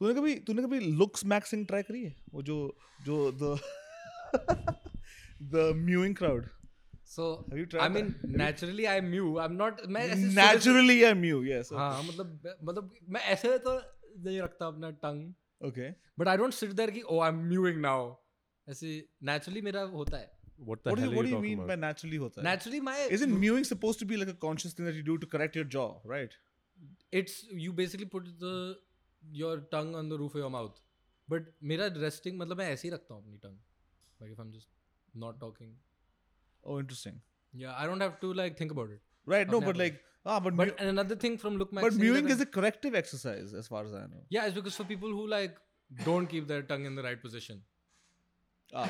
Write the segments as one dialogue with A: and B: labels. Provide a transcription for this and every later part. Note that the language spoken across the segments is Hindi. A: तूने कभी तूने कभी लुक्स मैक्सिंग ट्राई करी है वो जो जो the the mewing crowd
B: so
A: Have you tried
B: I mean naturally I mew I am not मैं ऐसे seriously-
A: naturally I mew yes
B: हाँ मतलब मतलब मैं ऐसे तो नहीं रखता अपना tongue
A: okay
B: but I don't sit there कि "Oh, oh I am mewing now ऐसे नेचुरली मेरा होता है
C: What the
A: what
C: hell
A: do
C: are
A: you
C: you talking
A: mean
C: about?
A: Bye naturally होता है
B: naturally my
A: Isn't mewing supposed to be like a conscious thing that you do to correct your jaw, right?
B: It's you basically put the your tongue on the roof your mouth but मेरा रेस्टिंग मतलब मैं ऐसे ही रखता हूँ अपनी tongue like if I am just not talking
A: Oh, interesting.
B: या I don't have to like think about it
A: Right? No,
B: I've
A: but
B: never.
A: like ah, but
B: but
A: mew-
B: another thing from look
A: but
B: maxing
A: mewing
B: that
A: is a corrective exercise, as far as I know.
B: yeah it's because for people who like don't keep their tongue in the right position
A: Ah,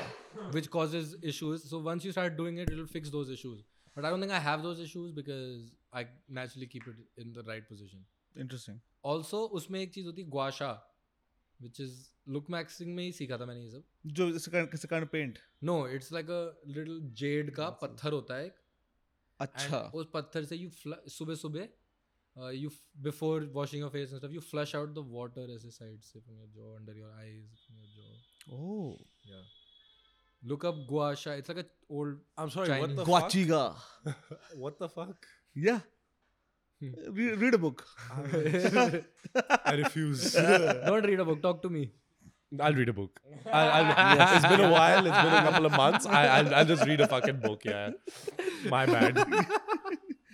B: which causes issues so once you start doing it it'll fix those issues but i don't think i have those issues because i naturally keep it in the right position
A: interesting.
B: also उसमें एक चीज़ होती है gua sha which is look maxing में ही सीखा था मैंने ये सब
A: जो it's a kind, it's a kind of paint.
B: No it's like a little jade का पत्थर होता है एक
A: अच्छा.
B: and उस पत्थर से यू सुबह uh, सुबह you before washing your face and stuff you flush out the water ऐसे साइड से from your jaw under your eyes from your jaw
A: Oh.
B: Yeah. Look up guasha. It's like an old.
C: I'm sorry,
B: Chinese.
C: what the
A: Guachiga.
C: fuck? What the fuck?
A: Yeah.
B: Hmm.
A: Read, read a book.
C: I refuse.
B: Don't read a book. Talk to me.
C: I'll read a book. I'll, I'll, It's been a while. It's been a couple of months. I, I'll, I'll just read a fucking book. Yeah, my bad.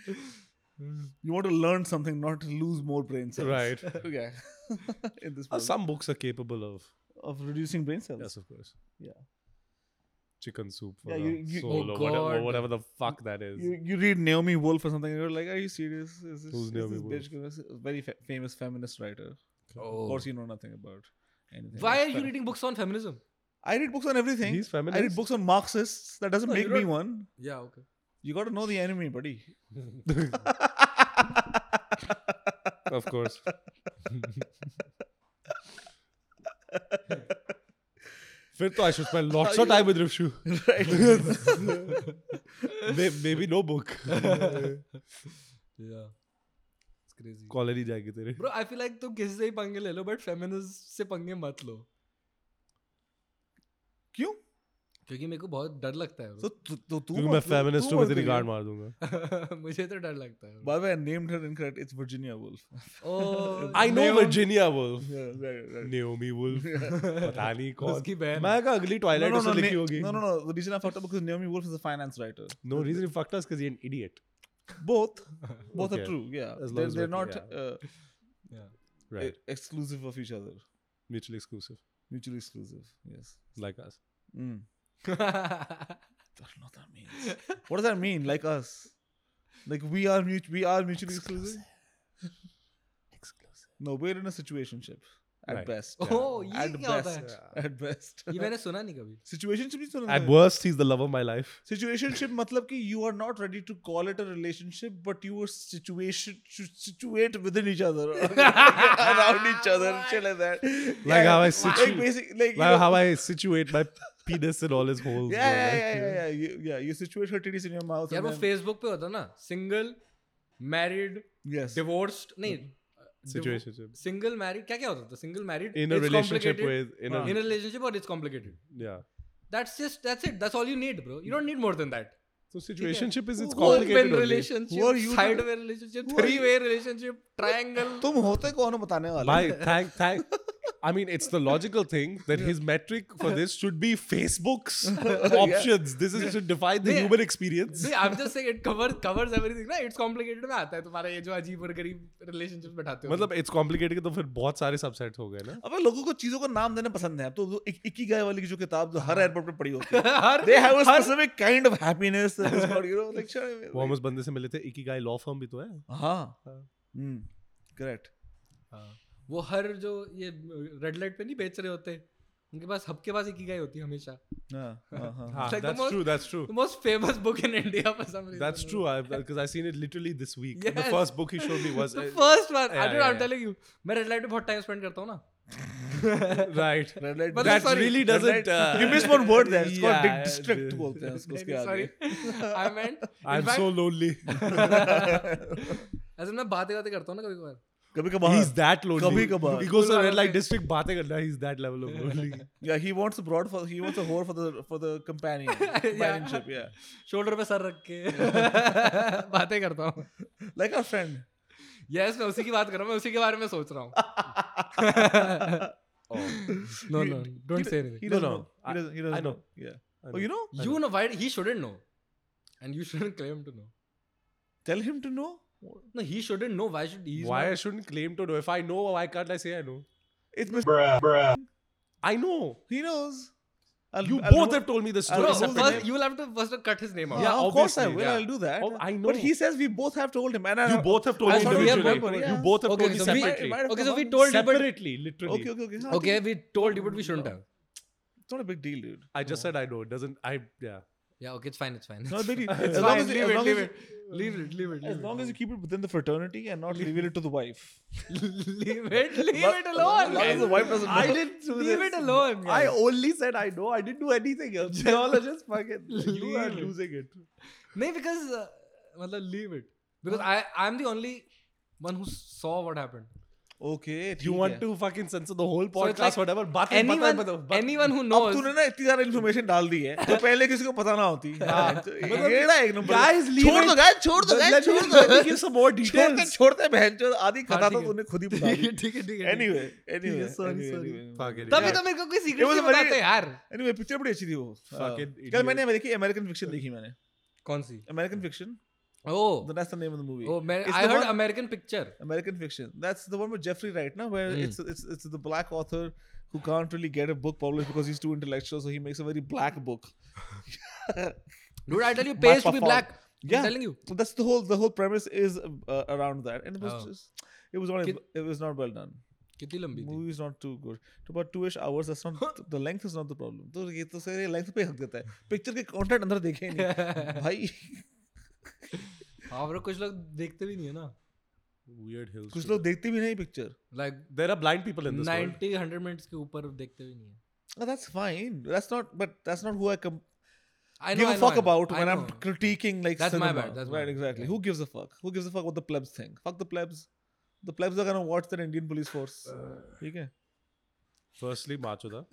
A: You want to learn something, not to lose more brain cells.
C: Right.
A: Okay. In this
C: Uh,
A: world.
C: some books are capable of.
A: of reducing brain cells.
C: Yes, of course.
A: Yeah.
C: Chicken soup for
A: Yeah,
C: the
A: you- you-
C: soul
B: Oh
C: or whatever,
B: God.
C: whatever the fuck that is.
A: You, you read Naomi Wolf or something, and you're like, are you serious? Is this,
C: Who's
A: is
C: Naomi
A: this
C: Wolf?
A: bitch gonna- a very fa- famous feminist writer? Of
B: Oh.
A: course, you know nothing about anything.
B: Why are
A: But
B: you reading books on feminism?
A: I read books on everything.
C: He's
A: I read
C: feminist.
A: books on Marxists. That doesn't
B: No, you
A: make me
B: don't-
A: one.
B: Yeah. Okay.
A: You got to know the enemy, buddy.
C: of course. Fifth, I should spend lots of time with Rivshu.
A: Right.
C: May- Maybe no book.
B: Yeah. It's crazy.
C: College जाएगी तेरे.
B: Bro, I feel like तुम किसी से ही पंगे ले लो, but feminist से पंगे मत लो.
A: क्यों?
B: क्योंकि मेरे को बहुत डर लगता है
A: So,
B: bro.
A: तो तो तू
C: क्योंकि
A: मत-
C: मैं
A: तू-
C: फेमिनिस्ट
A: तू
C: हूँ मैं
A: मत
C: तेरी
A: करियो।
C: गार्ड मार दूंगा.
B: मुझे तो डर लगता है.
A: By the way, I named her incorrect. It's Virginia Woolf.
B: Oh,
C: I know
B: Naomi-
C: Virginia Woolf.
A: yeah, right, right.
C: Naomi Wolf पता नहीं कौन
B: उसकी बहन।
C: मैं कहा अगली
A: No,
C: ट्वाइलाइट
A: no, no,
C: उसे लिखी
A: Na-
C: होगी
A: no, no, no. The reason I fucked up because Naomi Wolf is a finance writer.
C: no reason he fucked us because he an idiot
A: Both, both are
C: Okay.
A: true. Yeah, they're,
C: As long as
A: they're
C: we're-
A: not
C: yeah.
A: uh,
B: Yeah.
C: right
A: e- exclusive of each other.
C: mutually exclusive
A: Mutually exclusive. Yes.
C: like us
A: Mm. I don't know what that means. what does that mean? Like us? Like we are mut- we are mutually exclusive?
C: exclusive
A: No, we're in a situationship at
C: Right.
A: best.
B: Oh, ये
A: At
B: क्या होता
A: best.
B: है?
A: At best.
B: ये मैंने सुना नहीं कभी.
A: Situationship नहीं सुना
C: at
A: था?
C: worst he's the love of my life
A: Situationship मतलब कि you are not ready to call it a relationship, but you are situation situate within each other, around each other, shit like that.
C: like
A: Yeah.
C: how I
A: like
C: situate
A: basic, like you
C: like
A: know-
C: how I situate my penis in all his holes
A: yeah,
C: bro,
A: yeah,
C: like,
A: yeah, yeah, yeah, You, yeah. You situate her titties in your mouth.
B: यार
A: and
B: वो
A: then-
B: फेसबुक पे होता ना सिंगल मैरिड
A: yes.
B: डिवोर्स्ड नहीं
C: situationship
B: सिंगल मैरिड क्या क्या होता था single married
C: in a relationship with in a
B: in relationship और it's complicated
C: yeah
B: that's just that's it that's all you need bro you don't need more than that
C: so situationship is it's
B: open
C: complicated only.
A: Who are
B: relationship
A: you to-
B: side way relationship
A: Who are
B: three way relationship triangle
A: तुम होते कौन हो बताने वाले
C: my thank thank I mean, it's the logical thing that his metric for this should be Facebook's options. This is should define the
B: Yeah.
C: human experience.
B: See, I'm just saying it cover, covers everything ना it's complicated में आता है तुम्हारा ये जो अजीब और गरीब रिलेशनशिप बैठाते हो
C: मतलब इट्स कॉम्प्लिकेटेड तो फिर बहुत सारे सबसेट हो गए ना
A: अबे लोगों को चीजों का नाम देना पसंद है अब तो वो इक, इक्की गाय वाली की जो किताब जो हर एयरपोर्ट पे पड़ी होती है
B: हर
A: they have a specific kind of happiness you know like
C: वो हम
A: श्योर
C: उस बंदे से मिले थे इकिगाई लॉ फर्म भी तो है
A: हां
C: हाँ।
A: हम्म करेक्ट
B: हाँ, वो हर जो ये रेड लाइट पे नहीं बेच रहे होते उनके पास सबके पास एक ही गाय होती है हमेशा
A: हां हां हां
C: हाँ
B: It's like the
C: that's
B: most-
C: true that's true
B: the most famous book in India for some reason.
C: That's true I because I seen it literally this week the
B: Yes.
C: First book he showed me was
B: The first one. I
C: Yeah,
B: don't know,
C: yeah,
B: I'm
C: yeah.
B: telling you. मैं रेड लाइट पे बहुत टाइम स्पेंड करता हूँ ना.
C: राइट
A: रेड लाइट
B: मतलब-
C: that
B: sorry,
C: really
A: red
C: doesn't
A: light- you missed one word there it's called
C: uh, Yeah,
A: district
C: dude.
A: बोलते हैं उसको
B: नहीं,
A: उसके
B: नहीं,
A: आगे
B: sorry. I meant.
C: I
B: in
C: am
B: fact,
C: so lonely
B: ऐसे मैं बातें बातें करता हूँ ना कभी कभार
A: कभी कभार
C: he's that lonely.
A: कभी कभार।
C: He goes to the red light district, बातें करना. He's that level of lonely.
A: yeah he wants a broad for he wants a whore for the for the companion companionship yeah.
B: Shoulder पे सर रख के बातें करता हूँ
A: like our friend
B: यस मैं उसी की बात कर रहा हूँ मैं उसी के बारे में सोच रहा हूँ no no don't say
A: Oh. he
B: anything
C: No,
A: doesn't know
C: no.
A: he
C: I-
A: doesn't, he doesn't
C: I know.
A: yeah oh you know
B: you know why he shouldn't know and you shouldn't claim to know
A: tell him to know
B: No, he shouldn't know. Why should he?
C: why I shouldn't claim to know? If I know, why can't I say I know?
A: it's mis-
C: I know.
A: he knows I'll,
C: You
A: I'll
C: both
A: know-
C: have told me the
A: I'll
C: story.
A: remove the
B: Bro, first
A: name.
B: you will have to first cut his name out.
A: yeah,
C: Yeah,
A: of course I
C: obviously,
A: will.
C: yeah.
A: I'll do that.
C: Oh, I
A: But
C: know.
A: he says we both have told him, and I,
C: You both have told
A: I
C: me
A: thought we have
C: individually.
A: one,
C: You
A: yeah.
C: both have
B: Okay,
C: told me
B: so we-
C: separately.
A: might-
B: Okay, so we
A: Come on.
B: told you, but
C: Separately, literally.
A: Okay, okay, okay. हाँ,
B: okay,
A: ठीक
B: we told you, but we shouldn't have.
A: है. It's not a big deal, dude.
C: I just said I know. It doesn't. I yeah.
B: Yeah, okay, it's fine, it's fine.
A: It's not a big deal.
C: It's
A: as long
B: fine,
A: as,
B: leave
A: as,
B: it,
A: long
B: leave
A: as,
B: it. Leave it, leave it,
A: as
B: leave
A: long
B: it.
A: as you keep it within the fraternity and not leave it to the wife.
B: leave it, leave
A: But-
B: it
A: as
B: alone.
A: long as the
B: guys.
A: wife doesn't
C: I
A: know.
C: didn't do
B: Leave
C: this.
B: it alone.
C: I
B: guys.
C: only said I know. I didn't do anything else. Y'all are just fucking. you are
B: Leave it.
C: losing it.
B: No, because uh, मतलब leave it because I I'm the only one who saw what happened.
A: Okay,
C: You want to fucking censor the whole
B: So it's
C: podcast,
B: like
C: whatever. But
B: Anyone anyone who
A: अब
B: knows.
A: तूने ना इतनी सारी इन्फॉर्मेशन डाल दी है तो पहले किसी को पता ना होती
B: हाँ।
A: तो
B: मतलब
A: ये ना एक नंबर
C: Guys, leave
A: छोड़
C: it.
A: दो गाइस छोड़ दो
C: Let
A: गाइस
C: me-
A: छोड़ दो
C: let me give some more
A: छोड़ते
C: details.
A: छोड़ते बहन चोद आधी कथा
B: हाँ,
A: तो
B: ठीक है।
A: तूने खुद ही बता
B: ठीक
A: दी
B: है ठीक है ठीक है
A: anyway anyway
C: sorry,
A: anyway
C: sorry. Fuck it.
B: तभी
C: Yeah.
B: तो मेरे को कोई
A: It
B: सीक्रेट
A: was
B: नहीं
A: a very-
B: बताते यार
A: एनीवे पिक्चर बड़ी अच्छी थी वो
C: Fucking
A: Uh, कल
C: idiot.
A: मैंने देखी अमेरिकन फिक्शन देखी मैंने
B: कौन सी
A: American fiction
B: Oh,
A: that's the name of the movie
B: oh, Mer-
A: It's
B: I
A: the
B: heard
A: one-
B: American Picture.
A: American Fiction. That's the one with Jeffrey Wright, now where
B: Mm.
A: it's, it's it's the black author who can't really get a book published because he's too intellectual, so he makes a very black book.
B: Dude, I tell you, pays to be
A: perform-
B: black.
A: Yeah.
B: I'm telling you.
A: So that's the whole the whole premise is uh, around that, and it was
B: Oh.
A: just it was not
B: Kid-
A: it was not well done.
B: कितनी लंबी थी
A: Movie is not too good. To about two-ish hours. That's not the length is not the problem. तो ये तो सारे length पे हक देता है. Picture के content अंदर देखे ही नहीं. भाई
B: हाँ bro, कुछ लोग देखते भी नहीं है ना
C: Weird hills.
A: कुछ लोग देखते भी नहीं picture.
B: Like
C: There are blind people in this world.
B: 90 100 minutes के ऊपर देखते भी नहीं है
A: Oh, that's fine. That's not. But that's not who I com-
B: I know,
A: give
B: I
A: a
B: know,
A: fuck
B: I know,
A: about
B: I
A: when I'm
B: know.
A: critiquing like
B: That's my
A: cinema.
B: bad, that's my
A: right,
B: bad,
A: exactly.
B: yeah.
A: Who gives a fuck? Who gives a fuck what the plebs think? Fuck the plebs. The plebs are gonna watch that Indian police
C: Uh,
A: force. Okay.
C: Firstly, Machuda.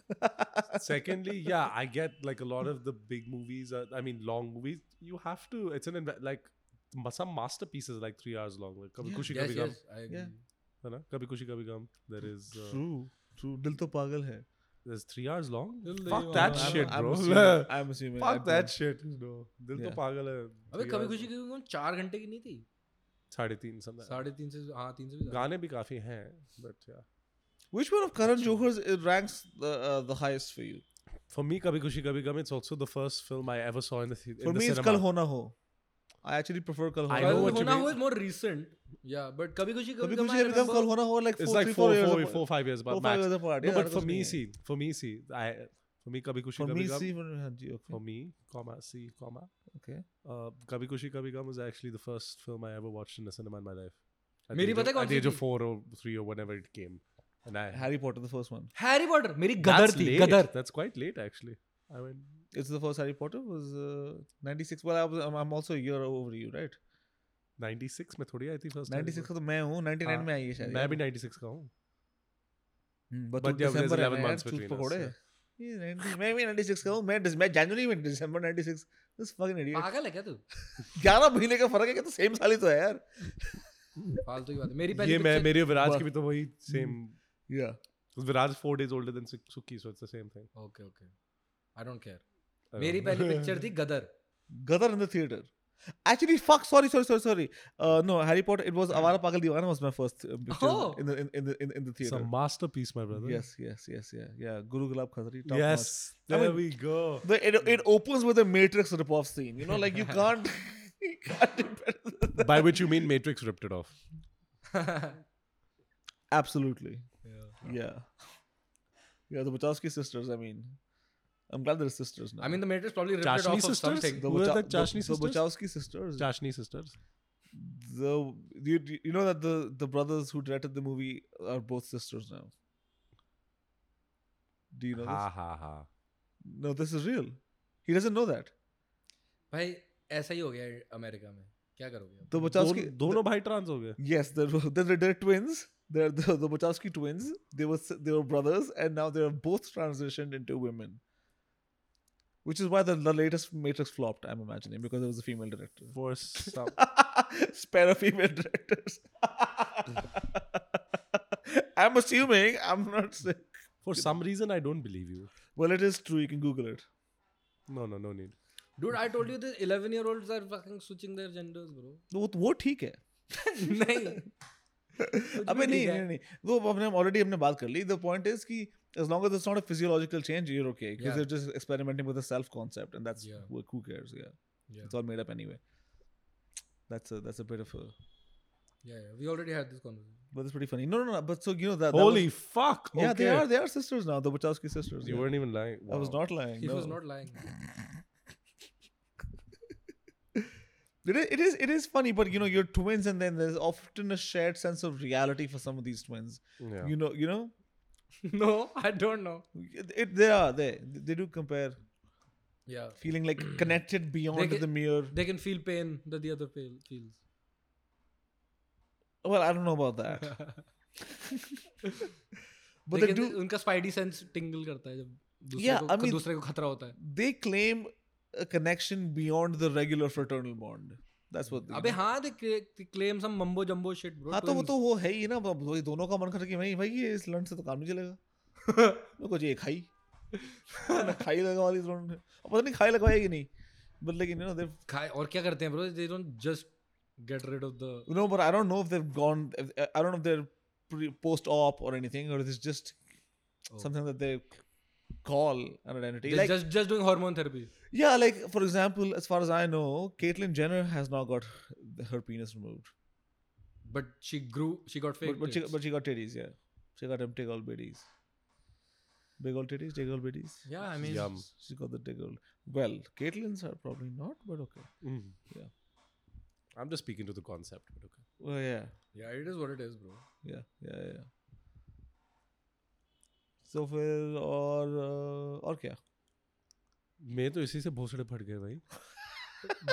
C: Secondly, yeah, I get like a lot of the big movies. Are, I mean, long movies. You have to. It's an inve- like ma- some masterpieces like three hours long. Like Kabhi
A: Yeah.
C: Kushi
B: Yes,
C: Kabhi Gum,
B: yes, I agree.
A: Yeah.
C: है ना? Kabhi Kushi Kabhi Gum. There is uh,
A: True. True. Dil to pagal hai.
C: there's three hours long.
B: Dil Nahi
C: Fuck
B: Wala.
C: that
A: I'm,
C: shit,
A: I'm
C: bro.
A: Assuming, I'm assuming. I
C: Fuck
A: don't-
C: that shit. No, Dil to
A: Yeah.
C: Pagal hai.
B: अबे
C: three
B: कभी
C: hours
B: खुशी
C: long.
B: की कौन चार घंटे की नहीं थी
C: साढ़े तीन something.
B: साढ़े तीन से हाँ तीन से भी ज्यादा।
C: गाने भी काफी हैं but yeah
A: Which one of Karan Johar's uh, ranks the uh, the highest for you?
C: for me kabhi khushi kabhi gum it's also the first film i ever saw in the, thi- in
A: For
C: the
A: me, it's
C: cinema
A: Kal Ho Na Ho. I actually prefer Kal Ho.
C: I
A: Na
C: know
A: Ho.
B: कल
C: what you
B: होना
C: mean.
B: हो इज मोर रीसेंट या बट कभी खुशी
A: Kabhi
B: कभी
A: Kushi Kabhi Gum, Kal Ho Na Ho, are like
C: it's
A: four,
C: like
A: three,
C: four,
A: four
C: four,
A: years
C: four,
A: apart.
C: four, five years
A: Four,
C: back
A: five
C: max.
A: years apart.
C: no
A: Yeah,
C: but
A: that
C: for
A: was
C: me
A: me.
C: see for me see i for me kabhi khushi
A: For
C: kabhi
A: me,
C: gum
A: see, for हाँ जी,
C: for
A: okay,
C: me comma see comma
A: okay.
C: uh, kabhi khushi kabhi gum was actually the first film i ever watched in the cinema in my life at
B: मेरी
C: the age
B: पता है
C: of-
B: कौन
C: at the
B: सी
C: age of
B: थी?
C: four or three or whenever it came and i
A: Harry Potter, the first one.
B: Harry Potter मेरी
C: that's
B: गदर थी
C: late.
B: Gadar
C: that's quite late actually i went
A: It's the first Harry Potter was uh, 96. Well, I was, I'm, I'm also a year over you, right?
C: 96 में थोड़ी आई थी first time.
A: 96 का तो मैं हूँ 99 में आई है शायद
C: हाँ, मैं भी 96 का हूँ
A: हम्म, but
C: but
A: तू
C: yeah, there's
A: December है
C: 11
A: ना
C: months
A: यार, चूत
C: between us,
A: पकौड़े।
C: yeah.
A: ये 90 मैं भी 96 का हूँ मैं डिस- मैं जनवरी में दिसंबर 96 दिस फकिंग इडियट
B: पागल है क्या तू
C: Ah.
A: 11 महीने का फर्क है क्या तो सेम साल ही तो है यार
B: फालतू की बात है। मेरी
C: ये
B: पहली
C: मैं
B: picture-
C: मेरी और विराज
A: वाह।
C: की भी तो वही
A: हम्म।
C: same
A: या
C: Because Viraj is four days older than Suk- Suki, so it's the same thing.
B: Okay okay I don't care
C: I
B: मेरी
C: don't know.
B: पहली पिक्चर थी Gadar
A: Gadar in the theatre Actually, fuck. Sorry, sorry, sorry, sorry. Uh, no, Harry Potter. It was Avara Pagal Diwana was my first uh, picture
B: Oh.
A: in the in, in the in, in the
C: It's
A: theater.
C: a masterpiece, my brother.
A: Yes, yes, yes, yeah, yeah. Guru Gulab Khadri. top notch.
C: Yes.
A: I
C: There
A: mean-
C: we go.
A: The, it, it opens with a Matrix rip-off scene. You know, like you can't. you can't do better than that.
C: By which you mean Matrix ripped it off.
A: Absolutely.
B: I
A: Yeah. Yeah, the Wachowski sisters. I mean, I'm glad they're sisters now.
B: Mean the Matrix probably ripped it
C: Chashni
B: off of
C: sisters?
B: Something
A: the,
C: who are
A: Wacha-
C: the
A: the-
C: Chashni
A: the
C: sisters?
A: Wachowski sisters.
C: Chashni sisters.
A: the you, you know that the the brothers who directed the movie are both sisters now. Do you know
C: Ha ha ha.
A: this? No, this is real. He doesn't know that.
B: भाई ऐसा ही हो गया है अमेरिका में क्या करोगे अब?
A: The Wachowski.
C: दोनों- दोनों भाई trans हो गए.
A: yes, they're, they're, they're twins. They're the, the Wachowski twins. They were s- they were brothers, and now they're both transitioned into women. Which is why the, the latest Matrix flopped. I'm imagining because it was a female director.
C: For some,
A: Spare of female directors. I'm assuming. I'm not saying.
C: for some reason, I don't believe you.
A: Well, it is true. You can Google it.
C: No, no, no need.
B: Dude, I told you this 11 year olds are fucking switching their genders, bro.
A: वो वो ठीक है
B: नहीं
A: अबे नहीं नहीं नहीं वो अपने ऑलरेडी हमने बात कर ली द पॉइंट इज कि as long as it's not a physiological change you're okay because
B: Yeah.
A: they're just experimenting with a self concept and that's
B: Yeah.
A: wh- who cares yeah.
B: Yeah.
A: it's all made up anyway that's a that's a bit of a
B: Yeah, yeah, we already had this conversation.
A: but it's pretty funny no no no but so you know that that
C: Holy
A: was-
C: fuck!
A: yeah they
C: okay.
A: are they are sisters now the Wachowski sisters
C: You
A: yeah.
C: weren't even lying.
A: I was
C: Wow.
A: not lying
B: He
A: no.
B: was not lying.
A: It is, it is it is funny, but you know, you're twins, and then there's often a shared sense of reality for some of these twins.
C: Yeah.
A: You know, you know,
B: no, I don't know.
A: it, it- they are they they do compare,
B: Yeah.
A: feeling like connected beyond
B: get-
A: the mere.
B: They can feel pain that the other feel, feels.
A: Well, I don't know about that, but
B: They
A: they,
B: can-
A: do.
B: उनका स्पाइडी सेंस टिंगल करता है जब दूसरे
A: Yeah,
B: को
A: I mean-
B: दूसरे को खतरा होता है
A: They claim a connection beyond the regular fraternal bond. That's what.
B: अबे हाँ they claim some mumbo jumbo shit bro
A: हाँ तो वो तो वो है ही ना वो- वही दोनों का मन कर कि भाई भाई ये इस लंड से तो काम नहीं चलेगा मेरे को ये खाई मैंने खाई लगवा दी इस लंड से। अब पता नहीं खाई लगवाया कि नहीं बट लेकिन यू नो दे
B: खाए और क्या करते हैं bro they don't just get rid of the
A: No, but I don't know if they've gone. If, I don't know if they're pre, post-op or anything, or it's just
B: Oh.
A: something that they call an identity.
B: They're
A: Like,
B: just just doing hormone therapy.
A: yeah, like for example, as far as I know, Caitlyn Jenner has not got her penis removed,
B: But she grew. She got fake.
A: but, but she
B: tits.
A: but she got titties. Yeah, she got them big old bitties, big old titties, big old bitties.
B: yeah, I mean,
C: Yum.
A: She got the big old. Well, Caitlyn's are probably not, but okay.
C: Mhm.
A: Yeah.
C: I'm just speaking to the concept, but okay.
A: Well, yeah,
B: yeah, it is what it is, bro.
A: yeah, yeah, yeah. So, फिर और uh, और क्या
C: मैं तो इसी से भोसड़े फट गए भाई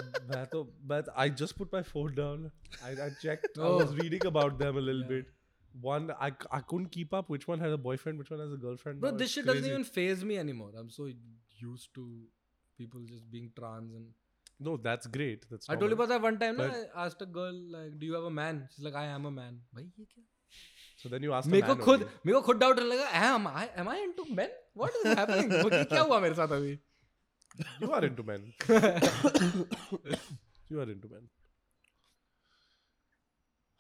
C: मैं तो but I just put my phone down I, I checked I was
B: Oh.
C: reading about them a little
B: Yeah.
C: bit one I, c- I couldn't keep up which one has a boyfriend which one has a girlfriend
B: Bro,
C: now,
B: this
C: it's
B: shit doesn't
C: crazy.
B: even phase me anymore. I'm so used to people just being trans and.
C: no that's great that's
B: I told you
C: normal.
B: about that one time.
C: But-
B: na, I asked a girl like, "Do you have a man?" She's like, "I am a man." भाई ये क्या?
C: so then you asked
B: मेरे
C: a
B: को
C: man
B: खुद
C: only.
B: मेरे को खुद डाउट लगा. Am I am I into men? What is happening? वो ये क्या हुआ मेरे साथ अभी?
C: you are into men you are into men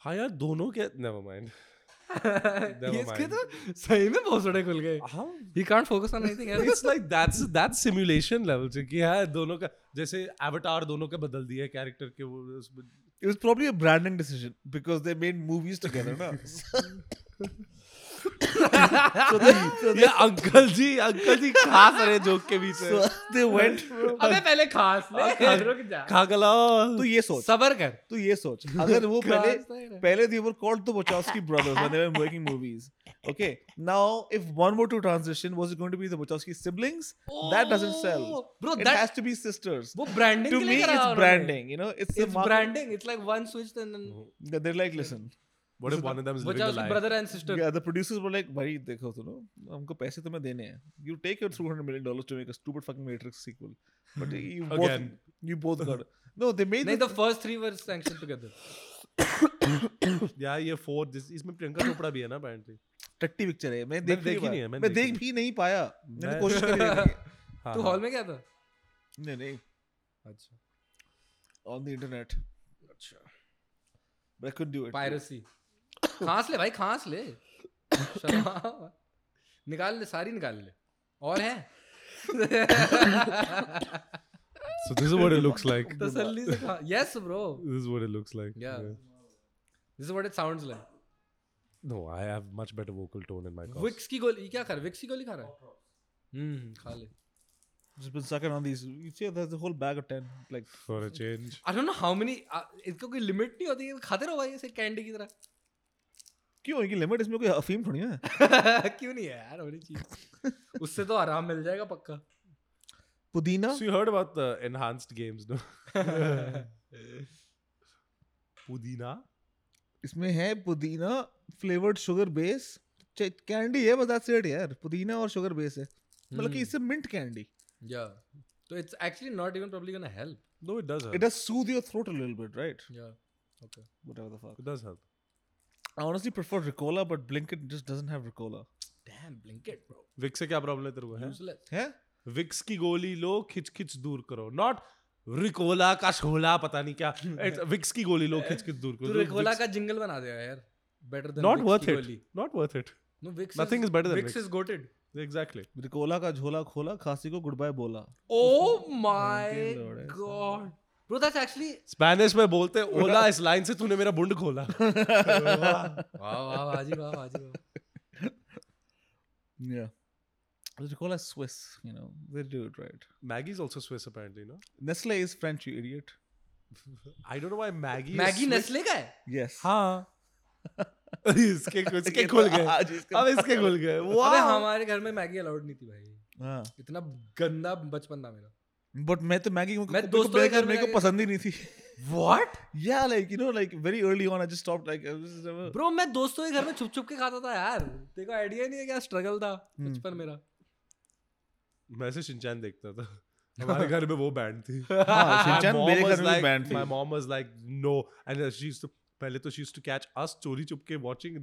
C: हाँ यार दोनों के नेवर माइंड
B: ये इसके
C: mind.
B: तो सही में भोसड़े खुल गए.
C: हाँ
B: He can't focus on anything else.
C: It's like that's that simulation level से कि है दोनों का जैसे एवटार दोनों का बदल दिया कैरेक्टर के वो उसमें-
A: It was probably a branding decision because they made movies together, na. so, they, so, they,
C: ये अंकल जी अंकल जी खास रहे जोक के बीच
A: so they went.
B: अबे पहले खास ले
C: खा-
B: रुक जा
C: खा गलाओ
A: तो ये सोच
B: सबर कर
A: तो ये सोच अगर वो
B: Christ, I
A: पहले
B: know.
A: पहले they were called the Wachowski brothers when they were making movies. Okay, now if one were to transition, was it going to be the Wachowski siblings? That doesn't sell.
B: Bro,
A: it
B: that-
A: has to be sisters.
B: वो branding
A: To me, it's branding. You know, it's, a
B: it's
A: mar-
B: branding it's like one switch and then
A: They're like, listen,
C: what if one of them is living a
B: Wachowski
C: life
B: brother and sister
A: yeah, the producers were like, भाई देखो सुनो हमको पैसे तुम्हें देने हैं you take your 300 million dollars to make a stupid fucking matrix sequel but you both
C: Again. तो-
A: you both got no they made
B: नहीं
A: the,
B: the first three were sanctioned together
C: यार ये फोर दिस इसमें प्रियंका चोपड़ा भी है ना apparently
A: टट्टी पिक्चर है मैं देख
C: देखी
A: भी
C: नहीं
A: पाया।
C: है, मैंने
A: मैं
C: देखी
A: देख भी नहीं पाया मैंने
C: मैं-
A: कोशिश करी देखने की।
C: हाँ,
B: तू
C: हाँ।
B: हॉल तो में क्या था
A: नहीं नहीं
B: अच्छा
A: on the internet but I couldn't do it
B: piracy खांस ले भाई खांस ले शर्म आ। निकाल ले सारी निकाल ले और है
C: so this is what it looks like this
B: तसल्ली से खा yes bro
C: is what it looks like
B: तो Yeah. This is what it sounds like
C: no i have much better vocal tone in my car
B: Vicks की गोली क्या खा रहा है विक्स की गोली खा रहा है हम्म खा ले
A: just been sucking on these you see there's a whole bag of 10 like
C: for a change
B: I don't know how many इसका कोई लिमिट नहीं होती है खाते रहो भाई ऐसे कैंडी की तरह
A: क्यों इनकी लिमिट इसमें कोई अफीम थोड़ी है
B: क्यों नहीं है यार होनी चाहिए उससे तो आराम मिल जाएगा पक्का
A: पुदीना
C: so you heard about the enhanced games no pudina
A: इसमें है पुदीना फ्लेवर्ड शुगर बेस कैंडी है बस दैट्स इट यार पुदीना और शुगर बेस है मतलब कि
B: Hmm.
A: इससे mint candy
B: Yeah. So it's actually not even probably gonna help.
C: No, it does help.
A: it does soothe your throat a little bit right
B: Yeah. Okay.
A: whatever the fuck
C: It does help.
A: i honestly prefer ricola but blinkit just doesn't have ricola
B: Damn, Blinkit, bro.
C: Vicks से क्या प्रॉब्लम है तेरे को है
B: Useless.
A: है
C: विक्स की गोली लो खिच खिच दूर करो नॉट रिकोला का शोला पता नहीं क्या It's- विक्स की गोली लो खिच खिच दूर
B: तू
C: करो
B: रिकोला का जिंगल बना देगा यार. Better than
C: not
B: Vicks
C: worth
B: की
C: इट
B: गोली.
C: Not worth it
B: No, Vicks.
C: Nothing is better than
B: Vicks.
C: Vicks.
B: is goated.
C: Exactly
A: Ricola का झोला खोला खांसी को गुड बाय बोला
B: Oh
A: Thank
B: my
A: you, Lord, it's so
B: god, bro. That's actually
C: Spanish में बोलते हैं, ओला इस लाइन से तूने मेरा बुंड खोला
B: wow, wow, Aji, wow, Aji, wow.
A: yeah ricola is swiss you know they do it right
C: Maggi is also Swiss apparently no
A: nestle is french you idiot
C: I don't know why Maggi
B: Maggie Nestle का है?
A: yes
C: हां इसके इसके खुल गए
A: तो आज इसका-
C: अब इसके खुल गए
B: अबे
C: वाह
B: हमारे घर में मैगी अलाउड नहीं थी भाई.
A: हाँ
B: इतना गंदा बचपन था मेरा.
A: बट मैं तो मैगी
B: मैं
A: मैं
B: दोस्तों
A: दोस्तों
B: के घर में
A: मेरे को
B: जाके-
A: पसंद ही नहीं थी
B: What?
A: yeah like you know like very early on i just stopped like I was just never
B: bro मैं दोस्तों के घर में छुप छुप के खाता था यार तेरे को आइडिया नहीं है क्या स्ट्रगल था
C: Hmm.
B: बचपन मेरा
C: मैं ऐसे शिनचैन देखता था हमारे घर में वो बैंड थी
A: हाँ, शिनचैन मेरे घर में भी banned थी।
C: My mom was like no and she used to पहले तो she used to catch us चोरी चुप के वाचिंग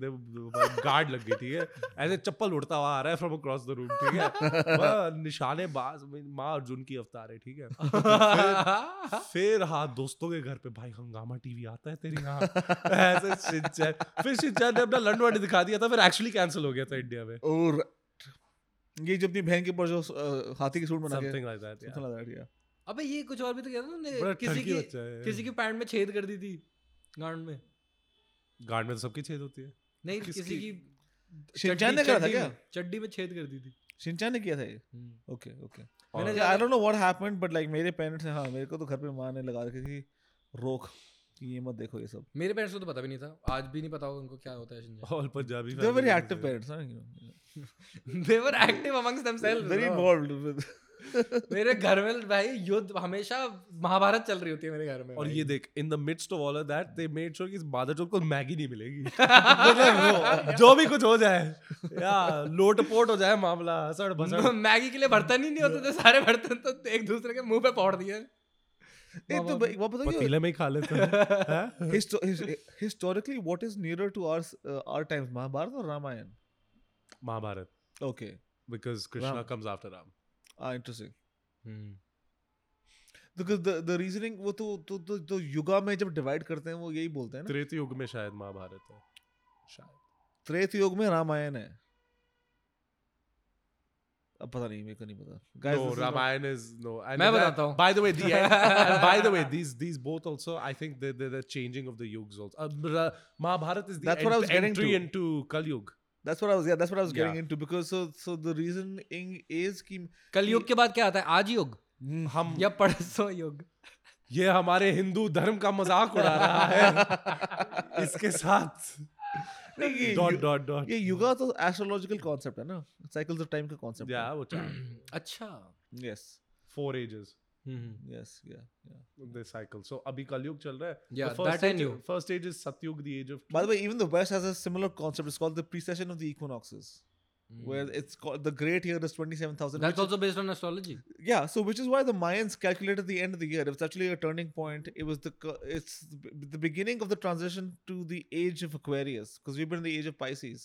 C: गार्ड लग गई ठीक है ऐसे चप्पल उड़ता हुआ आ रहा है फ्रॉम अक्रॉस द रूम ठीक है वह निशाने बाज माँ अर्जुन की अवतार है ठीक है फिर- फिर हाँ दोस्तों के घर पे भाई हंगामा टीवी आता है तेरे यहाँ ऐसे शिनचैन फिर शिनचैन ने अपना लंड दिखा दिया था फिर एक्चुअली कैंसिल हो गया था इंडिया में
A: और ये जो अपनी बहन के ऊपर जो अ, हाथी की सूट बना के
C: something like that
A: something like that, yeah.
B: अबे ये कुछ और भी तो किया था
C: बड़ा
B: तूने
C: ठगी
B: किसी की
C: बच्चा है।
B: किसी की पैंट में छेद कर दी थी गांड में
C: गार्ड में तो सबकी छेद होती है
B: नहीं
C: किसकी?
B: किसी की
A: शिनचैन ने
B: चड्डी-
A: करा था
B: चड्डी
A: क्या?
B: में- चड्डी में छेद कर दी थी
A: शिनचैन ने किया था ये
B: हम्म।
A: ओके ओके
B: मैंने
A: आई
B: ज्यादा-
A: don't know what happened but like मेरे पेरेंट्स ने हाँ मेरे को तो घर पे माँ ने लगा रखी थी रोक कि ये मत देखो ये सब
B: मेरे पेरेंट्स को तो पता भी नहीं था आज भी नहीं पता होगा उनको क्या होता है Shinchan
C: all Punjabi
A: they very
C: families
A: active
C: हैं।
A: पेरेंट्स ना हाँ, you know.
B: They were active amongst themselves
A: very involved with
B: मेरे घर में भाई युद्ध हमेशा महाभारत चल रही होती है मेरे घर में
C: और
B: भाई।
C: ये देख in the midst of all of that they made sure कि इस मादरचोद को मैगी नहीं मिलेगी मतलब वो, जो भी कुछ हो जाए या लोटपोट हो जाए मामला सड़ बसड़
B: मैगी के लिए बर्तन ही नहीं होते थे सारे बर्तन तो एक दूसरे के मुंह पे फोड़ दिए
A: एक तो भाई वो पता
C: पतीले में ही खा लेते हैं
B: हाँ?
C: हैं?
A: नहीं historically what is nearer to our our times Mahabharata और Ramayana
C: Mahabharata
A: okay
C: because Krishna
A: Ram.
C: Comes after Ram
A: ah interesting
B: हम्म।
A: because the the reasoning वो तो तो तो, तो युगा में जब डिवाइड करते हैं वो यही बोलते हैं ना
C: त्रेत युग में शायद महाभारत है शायद
A: त्रेत युग में रामायण है अब पता नहीं मेरे को नहीं पता
C: no
A: this is not-
C: Ramayana is no
B: मैं बताता हूँ।
C: By the way the bye the way these these both also I think they they the changing of the युग्स also Mahabharata is
A: That's what I was
C: the
A: getting
C: entry
A: to.
C: Into Kalyug
A: that's what I was yeah that's what I was getting
C: Yeah.
A: into because so so the reasoning is कि
B: कलयुग के बाद क्या आता है आज युग
A: Hmm.
C: हम
B: या परसों युग
C: ये हमारे हिंदू धर्म का मजाक उड़ा रहा है इसके साथ
A: नहीं, ये
C: डॉट
A: यु-
C: डॉट डॉट
A: ये युगा तो एस्ट्रोलॉजिकल कॉन्सेप्ट है ना साइकिल्स ऑफ टाइम का कॉन्सेप्ट
C: या वो
B: अच्छा
A: यस
C: फोर एजेस
B: हम्म।
A: Yes yeah
C: the cycle so अभी कलयुग चल रहा है
B: Yeah,
C: The first
B: that I
C: age-
B: knew.
C: first age is satyug the age of
A: by the way even the west has a similar concept it's called the precession of the equinoxes
B: Hmm.
A: where it's called the great year is 27000
B: that's also based on astrology
A: Yeah, so which is why the Mayans calculated the end of the year. It was actually a turning point. It was the co- it's the b- the beginning of the transition to the age of Aquarius because we've been in the age of Pisces.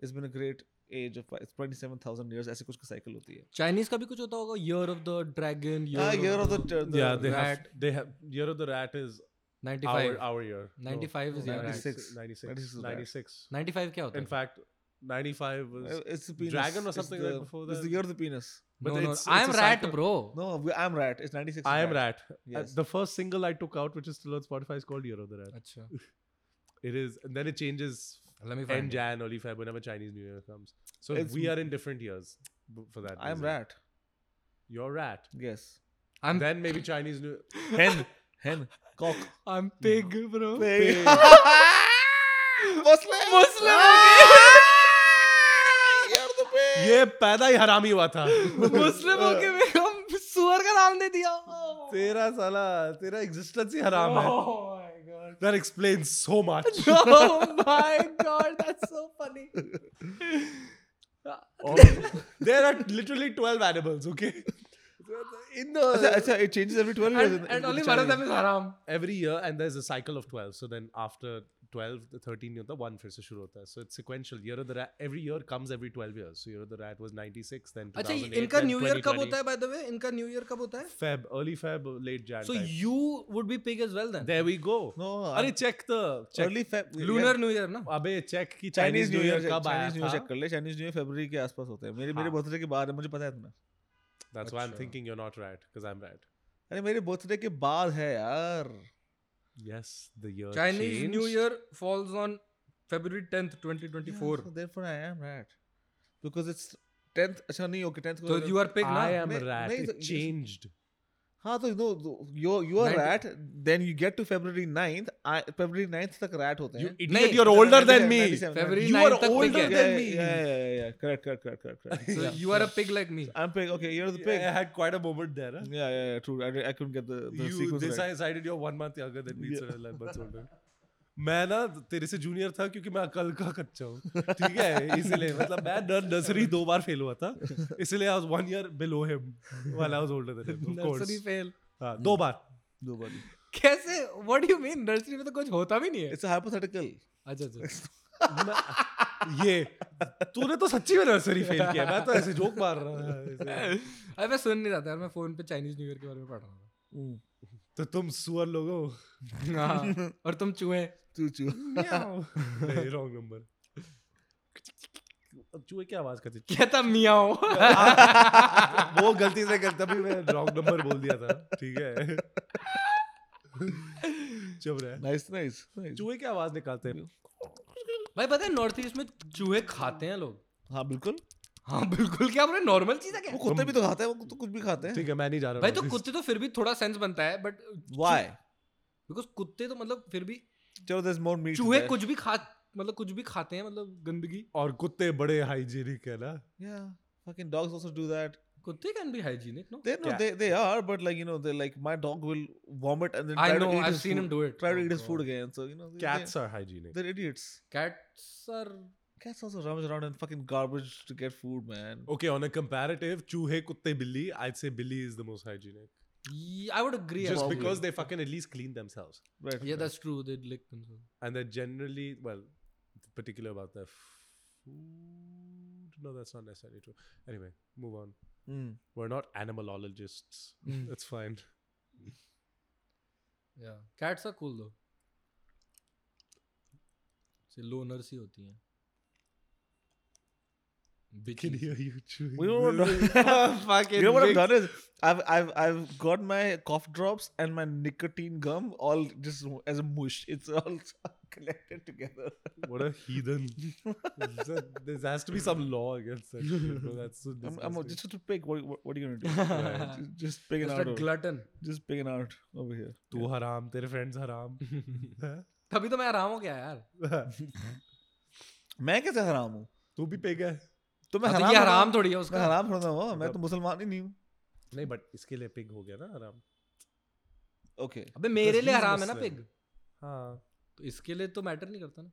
A: It's been a great age of Pisces. Twenty seven thousand years. ऐसे कुछ का cycle होती है.
B: चाइनीज का भी कुछ होता होगा ईयर ऑफ द ड्रैगन
C: हाँ,
A: Ah, year of the, tur- the
C: yeah they
B: rat.
C: have they have year of the rat is our
B: 95
C: our year
B: 95 is
A: year.
C: 96
A: 96.
C: 96
A: 96 is rat.
C: 96
B: 95 क्या होता
C: in
B: है
C: fact 95 was
A: uh, it's the penis.
C: dragon or
A: It's
C: something
A: the,
C: like before
A: It's
C: that.
A: the year of the penis.
C: but
B: no no
C: it's-
B: I
C: it's
B: am
C: a
B: rat
C: cycle.
B: bro
A: No, we- I'm rat. It's ninety six.
C: I am rat. Uh,
A: Yes.
C: the first single I took out, which is still on Spotify, is called Year of the Rat.
B: अच्छा
C: It is, and then it changes
B: let me
C: end
B: find it.
C: Jan, early Feb, whenever Chinese New Year comes. So
A: It's-
C: we are in different years b- for that.
A: I am
C: reason.
A: rat.
C: You're rat.
A: Yes.
B: I'm-
C: Then maybe Chinese New.
A: Hen. Hen. Cock.
B: i'm pig bro
A: Pig. Muslim.
B: Muslim
C: Ah!
B: हो
A: Year of the pig.
C: ये पैदा ही हरामी हुआ था
B: मुस्लिम
C: Ah.
B: होके मेरे को सुअर का नाम दे दिया
C: तेरा साला तेरा एग्जिस्टेंस ही हराम है
B: Oh my God.
C: that explains so much.
B: oh my god, that's so funny.
C: there are literally 12 animals, okay? In the
A: Acha, acha, it changes every 12 years. in-
B: and,
A: in
B: and
A: the
B: only one of
A: Chinese.
B: them is haram.
C: every year and there's a cycle of 12 so then after 12 the 13 year the one फिर से शुरू होता है so it's sequential year of the rat every year comes every 12 years so year of the rat was 96 then 2008
B: अच्छा इनका
C: then
B: न्यू ईयर कब
C: 2020.
B: होता है बाय द वे इनका न्यू ईयर कब होता है
C: feb early feb late jan
B: so
C: time.
B: You would be pig as well then
C: there we go
A: No,
C: अरे check the check
A: early Feb.
B: Lunar new year ना
C: अबे चेक की
A: चाइनीज न्यू ईयर
C: कब आया
A: चाइनीज न्यू
C: था
A: ईयर कर ले चाइनीज न्यू ईयर फरवरी के आसपास होता है मेरे मेरे
C: हाँ।
A: बर्थडे के बाद है मुझे पता है तुम्हें
C: that's why i'm
B: अच्छा।
C: thinking you're not right because i'm right
A: अरे मेरे बर्थडे के बाद है यार
C: yes the year
B: Chinese
C: changed.
B: New year falls on February 10th 2024
A: therefore I am right because it's 10th अच्छा नहीं ओके 10th
B: तो यू आर पिग ना
C: i am a
A: नहीं-
C: rat
A: नहीं,
C: it
A: तो-
C: changed
A: हां तो no you you are
B: 90
A: rat then you get to February 9th February 9th तक रैट होते
C: you
A: हैं
C: idiot
B: नहीं,
C: you're older than me
A: 97,
B: February
C: you
B: 9
C: are
B: तक pig
C: older
B: है।
C: than me
A: Yeah, yeah, yeah, yeah. Correct, correct, correct, correct, correct.
B: so
A: Yeah.
B: you are a pig like me
A: I'm pig. Okay, you're the pig.
C: I had quite a moment there. Huh?
A: Yeah, तो yeah, yeah. True. I, I couldn't get the, the
C: you
A: sequence right.
C: decided you're one month younger than me,
A: Yeah.
C: so 11 months older. मैं ना तेरे से जूनियर था क्योंकि मैं अकल का कच्चा हूँ ठीक है इसलिए मतलब मैं नर नर्सरी दो बार फेल हुआ था इसलिए I was one year below him while I was older than him of
B: nursery
C: course
B: fail
C: हाँ, दो बार
A: दो बारी.
B: कैसे what do you mean nursery में तो कुछ होता भी नहीं है
A: It's a hypothetical.
B: अच्छा अच्छा
C: मैं- ये तूने तो सच्ची में नर्सरी फेल किया मैं तो ऐसे जोक मार रहा था ऐसे।
B: अरे मैं सुन नहीं रहा था यार मैं फोन पे चाइनीज न्यू ईयर के बारे में पढ़ रहा
C: तो तुम सुअर लोगों
B: था हाँ, और तुम चूहे
A: Choo choo.
C: नहीं रॉन्ग नंबर चूहे क्या आवाज करते
B: क्या था मियाओ
C: वो गलती से करता भी मैं रॉन्ग नंबर बोल दिया था ठीक है चुप रहे
A: Nice, nice, nice.
C: चूहे की आवाज निकालते हैं
B: भाई पता है नॉर्थ ईस्ट में चूहे खाते हैं लोग
A: हाँ बिल्कुल
B: हाँ बिल्कुल क्या बोले नॉर्मल चीज है
A: वो
B: क्या
A: कुत्ते भी तो खाते हैं वो तो कुछ भी खाते हैं
C: ठीक है मैं नहीं जा रहा
B: भाई तो
C: North East।
B: कुत्ते तो फिर भी थोड़ा सेंस बनता है बट
A: Why?
B: बिकॉज कुत्ते तो मतलब फिर भी
A: चलो there's more meat.
B: चूहे
A: there.
B: कुछ भी खा मतलब कुछ भी खाते हैं मतलब गंदगी
C: और कुत्ते बड़े हाइजीनिक है ना
A: Yeah. Fucking dogs also do that.
B: कुत्ते can be hygienic no
A: They no,
C: Yeah.
A: they they are, but like you know, they like my dog will vomit and then try
B: I
A: to
B: know
A: eat
B: I
A: his
B: seen
A: food.
B: Him do it
A: Try to eat his food again. So you know, they,
C: cats
A: they,
C: are hygienic
A: they're idiots.
B: Cats are
A: Cats also rummage around in fucking garbage to get food, man.
C: okay on a comparative चूहे कुत्ते बिल्ली i'd say billy is the most hygienic
B: I would agree
C: just because they fucking at least clean themselves
A: Right.
B: Yeah,
A: right.
B: that's true. They lick themselves.
C: and they're generally well particular about their food no that's not necessarily true anyway move on
A: Mm.
C: we're not animalologists
B: Mm.
C: that's fine
B: Yeah, cats are cool though. से लोनर सी होती हैं
C: can
B: Bitchy.
C: hear you chewing.
A: We don't know.
C: fucking
A: You know what I've
C: Vic.
A: done is I've I've I've got my cough drops and my nicotine gum all just as a mush. It's all collected together.
C: What a heathen. there has to be some law against that. shit, bro. That's so
A: I'm, I'm
C: disgusting.
A: just a pig. What, what, what are you gonna do? Ju- just pigging
B: Just
A: out.
B: a
A: Over,
B: glutton.
A: just pigging out over here.
C: तू हराम तेरे friends हराम हाँ?
B: तभी तो मैं आराम हो गया यार
A: मैं कैसे हराम हूँ?
C: तू भी pig है
A: तो मैं
B: हाँ, तो
A: हराम
B: ये
A: थोड़ा-
B: आराम थोड़ी है
A: मैं
B: उसका
A: हराम थोड़ा हूँ. मैं तो मुसलमान ही नहीं हूँ.
C: नहीं but इसके लिए pig हो गया ना हराम
A: Okay.
B: अबे मेरे
C: Because
B: लिए
C: he's
B: हराम है ना
C: Muslim.
B: पिग
C: हाँ
B: तो इसके लिए तो मैटर नहीं करता ना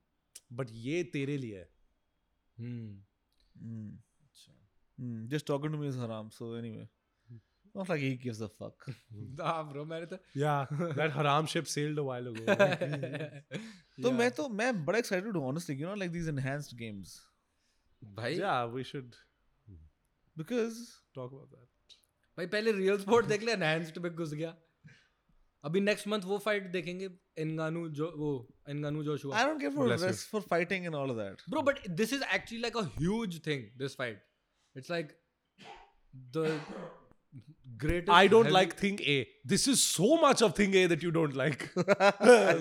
C: but ये तेरे लिए है
B: हम्म
A: Mm. Mm. Just talking to me is haram. So anyway, not like he gives a fuck.
B: हाँ ब्रो मैंने तो
C: yeah that haram ship sailed a while ago
A: तो मैं तो मैं बड़ा excited हूँ honestly. You know like these enhanced games तो-
B: भाई
C: yeah we should
A: because
C: talk about that
B: भाई पहले रियल स्पोर्ट देख लिया एनहांस्ड में घुस गया अभी नेक्स्ट मंथ वो फाइट देखेंगे एनगानू जो वो Ngannou Joshua
A: I don't care for
C: Bless you.
A: rest for fighting and all of that.
B: Bro, but this is actually like a huge thing, this fight. It's like the greatest.
C: I don't
B: heavy-
C: like thing A. This is so much of thing A that you don't like.
B: No,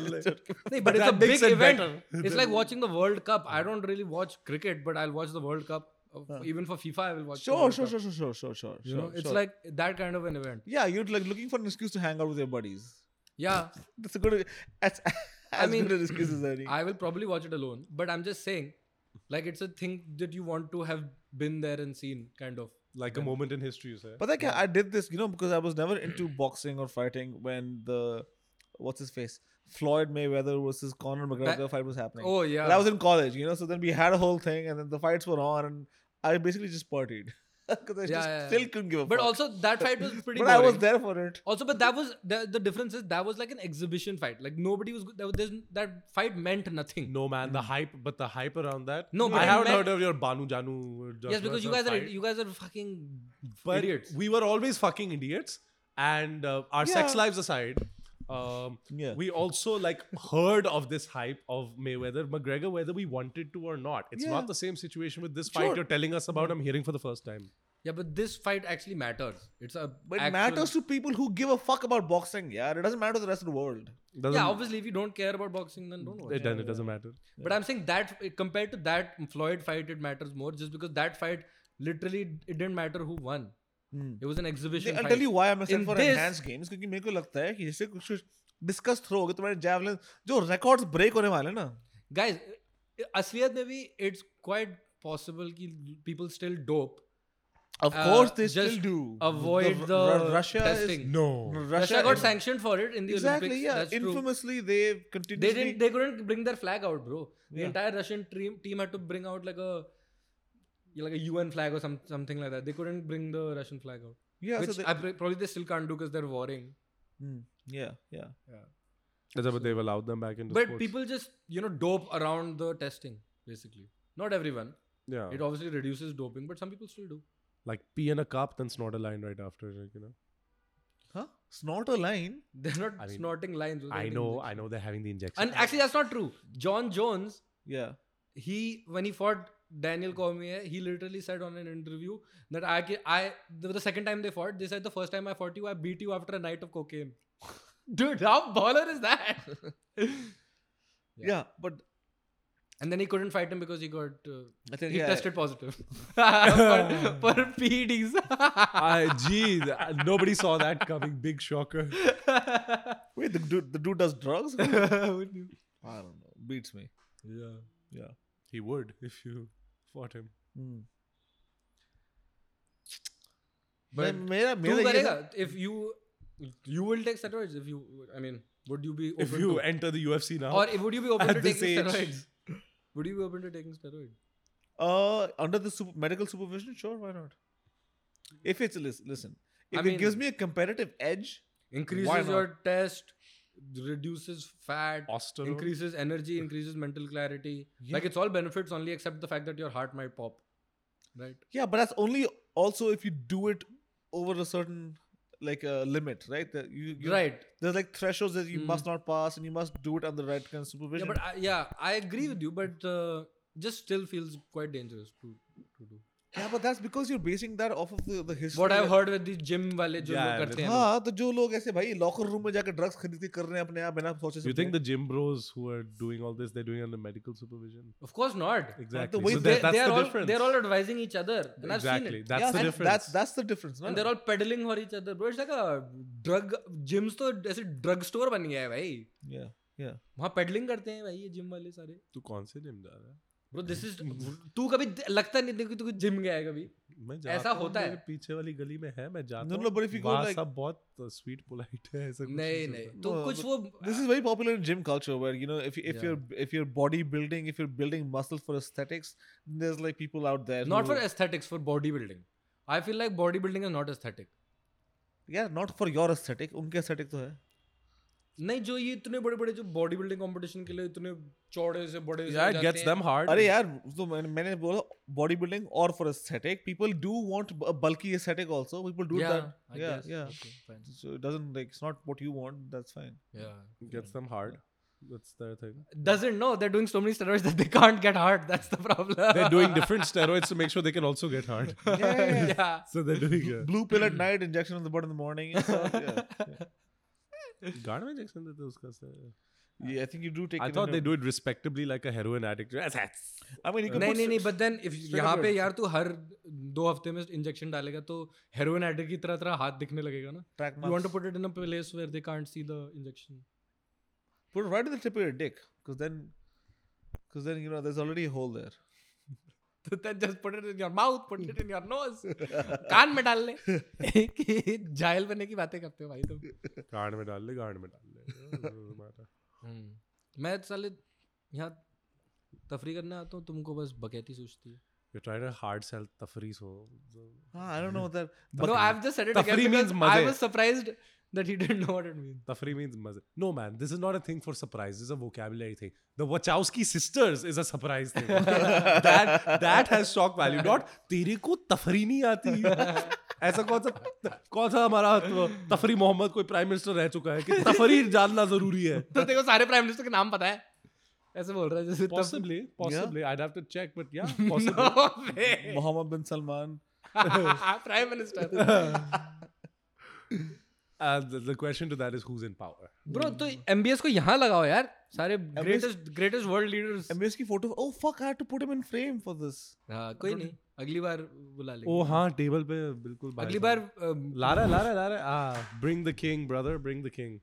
B: but it's a
C: that
B: big
C: makes it
B: event.
C: better.
B: It's like watching the World Cup. I don't really watch cricket, but I'll watch the World Cup. Uh, Even for FIFA, I will watch. the
A: Sure,
B: World
A: sure,
B: Cup.
A: sure, sure, sure, sure, sure.
B: You know,
A: sure,
B: it's
A: sure.
B: like that kind of an event.
A: yeah, you're like looking for an excuse to hang out with your buddies.
B: Yeah,
A: That's a good. That's as
B: mean,
A: good an excuse as any.
B: I will probably watch it alone, but I'm just saying, like it's a thing that you want to have been there and seen, kind of.
C: like a moment in history, you say.
A: But like I did this, you know, because I was never into boxing or fighting when the what's his face Floyd Mayweather versus Conor McGregor fight was happening.
B: Oh yeah.
A: And I was in college, you know. So then we had a whole thing, and then the fights were on, and I basically just partied because I
B: Yeah,
A: just
B: yeah, yeah.
A: still couldn't give a
B: but
A: fuck.
B: also that fight was pretty.
A: but I was
B: boring.
A: there for it.
B: Also, but that was the, the difference is that was like an exhibition fight. Like nobody was. There was there's, that fight meant nothing.
C: No man, the hype, but the hype around that.
B: Hmm. No, but
C: I
B: it
C: haven't
B: meant-
C: heard of your Banu Janu.
B: yes, because you
C: Janu
B: guys are
C: fight.
B: you guys are fucking
C: But
B: idiots.
C: We were always fucking idiots, and uh, our sex
A: Yeah.
C: lives aside, um,
A: Yeah.
C: we also like heard of this hype of Mayweather McGregor, whether we wanted to or not. It's
A: Yeah.
C: not the same situation with this fight
A: Sure.
C: you're telling us about. I'm hearing for the first time.
B: yeah, but this fight actually matters. It's a.
A: But it
B: actual-
A: matters to people who give a fuck about boxing. Yeah, it doesn't matter to the rest of the world.
C: Doesn't-
B: Yeah, obviously, if you don't care about boxing, then don't watch.
C: It, then it doesn't matter.
B: But I'm saying that uh, compared to that Floyd fight, it matters more just because that fight literally it didn't matter who won.
A: Hmm.
B: It was an exhibition.
A: I'll
B: fight.
A: tell you why I'm excited
B: In
A: for
B: this-
A: enhanced games क्योंकि मेरे को लगता है कि जैसे कुछ डिस्कस थ्रो होगा तुम्हारे जैवलिन तो जो रिकॉर्ड्स ब्रेक होने वाले हैं ना
B: guys eh, i- असलियत में भी it's quite possible कि people still dope
A: of
B: Uh,
A: course they
B: just
A: still do
B: avoid the,
A: Ru- Russia
B: testing
A: is
C: No.
A: Russia,
B: Russia got
A: is-
B: sanctioned for it in the
A: exactly
B: Olympics
A: yeah
B: that's true
A: infamously they
B: they
A: continuously
B: didn't they couldn't bring their flag out bro the
A: Yeah.
B: entire Russian team team had to bring out like a like a UN flag or some something like that they couldn't bring the Russian flag out
A: yeah
B: which
A: so they,
B: I, pr- probably they still can't do because they're warring
A: Hmm. yeah yeah
C: But they've allowed them back into
B: but
C: sports.
B: people just you know dope around the testing basically not everyone
C: yeah,
B: it obviously reduces doping but some people still do
C: like pee in a cup, then snort a line right after. Like, you know.
A: huh snort a line
B: They're not
C: I mean,
B: snorting lines. they're
C: I
B: getting
C: know,
B: injection.
C: I know they're having the injection.
B: And actually, that's not true. John Jones,
A: yeah
B: he when he fought Daniel Cormier, he literally said on an interview that I ca- I the, the second time they fought, they said the first time I fought you, I beat you after a night of cocaine. Dude, how baller is that?
A: yeah, but
B: and then he couldn't fight him because he got uh,
A: I think
B: he
A: yeah,
B: tested positive for, for PEDs.
C: I, gee, th- nobody saw that coming. Big shocker.
A: wait the dude the dude does drugs I
B: yeah.
A: don't know beats me
C: He would if you fought him.
A: Hmm.
B: But
A: मैं- मेरा
B: तू
A: मेरा ये
B: करेगा
A: था-
B: if you you will take steroids if you I mean would you be open
C: If you
B: to,
C: enter the UFC now,
B: or if, would you be open
C: at
B: to
C: this
B: taking
C: age.
B: steroids would you be open to taking steroids
A: Uh, under the super, medical supervision, sure, why not? If it's listen, listen
B: I
A: if it
B: mean-
A: gives me a competitive edge,
B: increases
A: not?
B: your test reduces fat
C: Austin,
B: increases energy increases mental clarity like it's all benefits only except the fact that your heart might pop right
A: yeah, but that's only also if you do it over a certain like uh, limit, right? That you, you
B: right
A: There's like thresholds that you
B: Mm.
A: must not pass, and you must do it under the right kind of
B: yeah
A: supervision.
B: but I, yeah I agree with you but uh, just still feels quite dangerous to to do
A: yeah, but that's because you're basing that off of the, the history.
B: what I've
A: that-
B: heard with the gym वाले जो
C: Yeah,
B: लोग
C: with-
B: करते हैं
A: हाँ तो जो लोग ऐसे भाई लॉकर रूम में जाके ड्रग्स खरीद के कर रहे हैं अपने आप बिना सोचे
C: You think the gym bros who are doing all this, they're doing it under medical supervision?
B: of course not
C: Exactly.
A: way
C: so
A: they-
C: that, that's
B: are
C: the
B: all,
C: difference.
B: They're all advising each other. And I've seen
C: exactly.
B: it.
C: That's the
A: and
C: difference.
A: That's that's the difference.
B: And
A: ना?
B: they're all peddling for each other. Bro, it's like a drug gyms तो ऐसे drug store बन गया है भाई.
A: yeah.
B: वहाँ peddling करते हैं भाई ये gym वाले सारे.
C: तू कौन से जिम जा रहा है
B: Bro, this is तू कभी लगता नहीं देखो तू जिम गया है कभी.
C: मैं जाता
B: ऐसा
C: हूँ,
B: होता है।
C: मेरे पीछे वाली गली में है मैं जाता
A: No,
C: हूँ
A: no, but if you go
C: वहाँ
A: like-
C: सब बहुत स्वीट पोलाइट है ऐसा कुछ
B: नहीं
C: नहीं
B: नहीं.
C: चलता।
B: तो
A: No,
B: कुछ
A: but
B: वो
A: this is very popular in gym culture where you know if if
B: Yeah.
A: you're if you're bodybuilding if you're building muscle for aesthetics there's like people out there
B: not
A: who-
B: for aesthetics for bodybuilding. I feel like bodybuilding is not aesthetic.
A: yeah not for your aesthetic उनके aesthetic तो है
B: नहीं जो ये इतने बड़े बड़े जो बॉडी बिल्डिंग कॉम्पिटिशन के लिए इतने चौड़े से बड़े से हो
C: Yeah, it
B: जाते
C: gets
B: हैं।
C: them hard.
A: अरे यार तो मैंने मैंने बोला bodybuilding or for aesthetic people do want a bulky aesthetic also people do
B: Yeah,
A: that
B: I
A: yeah
B: guess.
A: yeah
B: Okay, fine.
A: so it doesn't like it's not what you want that's fine
B: Yeah.
C: It gets them hard. That's their thing.
B: doesn't know they're doing so many steroids that they can't get hard. That's the problem.
C: They're doing different steroids to make sure they can also get hard.
A: yeah, yeah, yeah.
B: yeah.
C: So they're doing a
A: blue pill at night injection on the butt in the morning it's all- yeah.
C: गार्ड में injection देते हैं उसका steroid.
A: yeah I think you do take
C: I
A: it
C: thought
A: into-
C: they do it respectably like a heroin addict.
A: I mean you can
B: नहीं
A: put
B: नहीं नहीं बट देन इफ
A: straight
B: यहाँ
A: up
B: पे
A: your-
B: यार तू हर दो हफ्ते में इंजेक्शन डालेगा तो हेरोइन एडिक्ट की तरह तरह हाथ दिखने लगेगा ना
A: track
B: you want to
A: marks.
B: Put it in a place where they can't see the injection
A: Put it right in the tip of your dick, because then, because then you know there's already a hole there.
B: तो then just put it in your mouth put it in your nose कान में डाल ले झायल बनने की बातें करते हो भाई तुम
C: गार्ड में डाल ले गार्ड में डाल ले matter.
B: हम्म। मैं साले यहाँ तफरी करने आता हूँ तुमको बस बकैती सूझती है
C: You're trying to hard sell tafri, so.
A: Ah, I don't know that.
B: no I've just said it again
C: तफरी
B: because
C: means
B: I
C: मजे।
B: was surprised that he didn't know what it means
C: Tafri means mazza. No, man, this is not a thing for surprise. This is a vocabulary thing. The Wachowski sisters is a surprise thing. that that has shock value. Not तेरे को तफरी नहीं आती ऐसा कौन सा कौन सा हमारा तफरी मोहम्मद कोई प्राइम मिनिस्टर रह चुका है कि तफरी जानना जरूरी है
B: तो देखो सारे प्राइम मिनिस्टर के नाम पता है ऐसे बोल रहा है जैसे तब-
C: possibly possibly i'd have to check but yeah possibly
B: No way.
A: Mohammed bin Salman.
B: Prime minister
C: and the, the question to that is who's in power
B: bro तो एमबीएस को यहाँ लगाओ यार सारे greatest greatest world leaders
A: MBS ki photo. Oh fuck! I had to put him in frame for this.
B: हाँ कोई नहीं अगली बार बुला लेंगे
C: oh हाँ table पे बिल्कुल
B: अगली बार um, um,
C: Lara Lara Lara ah bring the king brother bring the king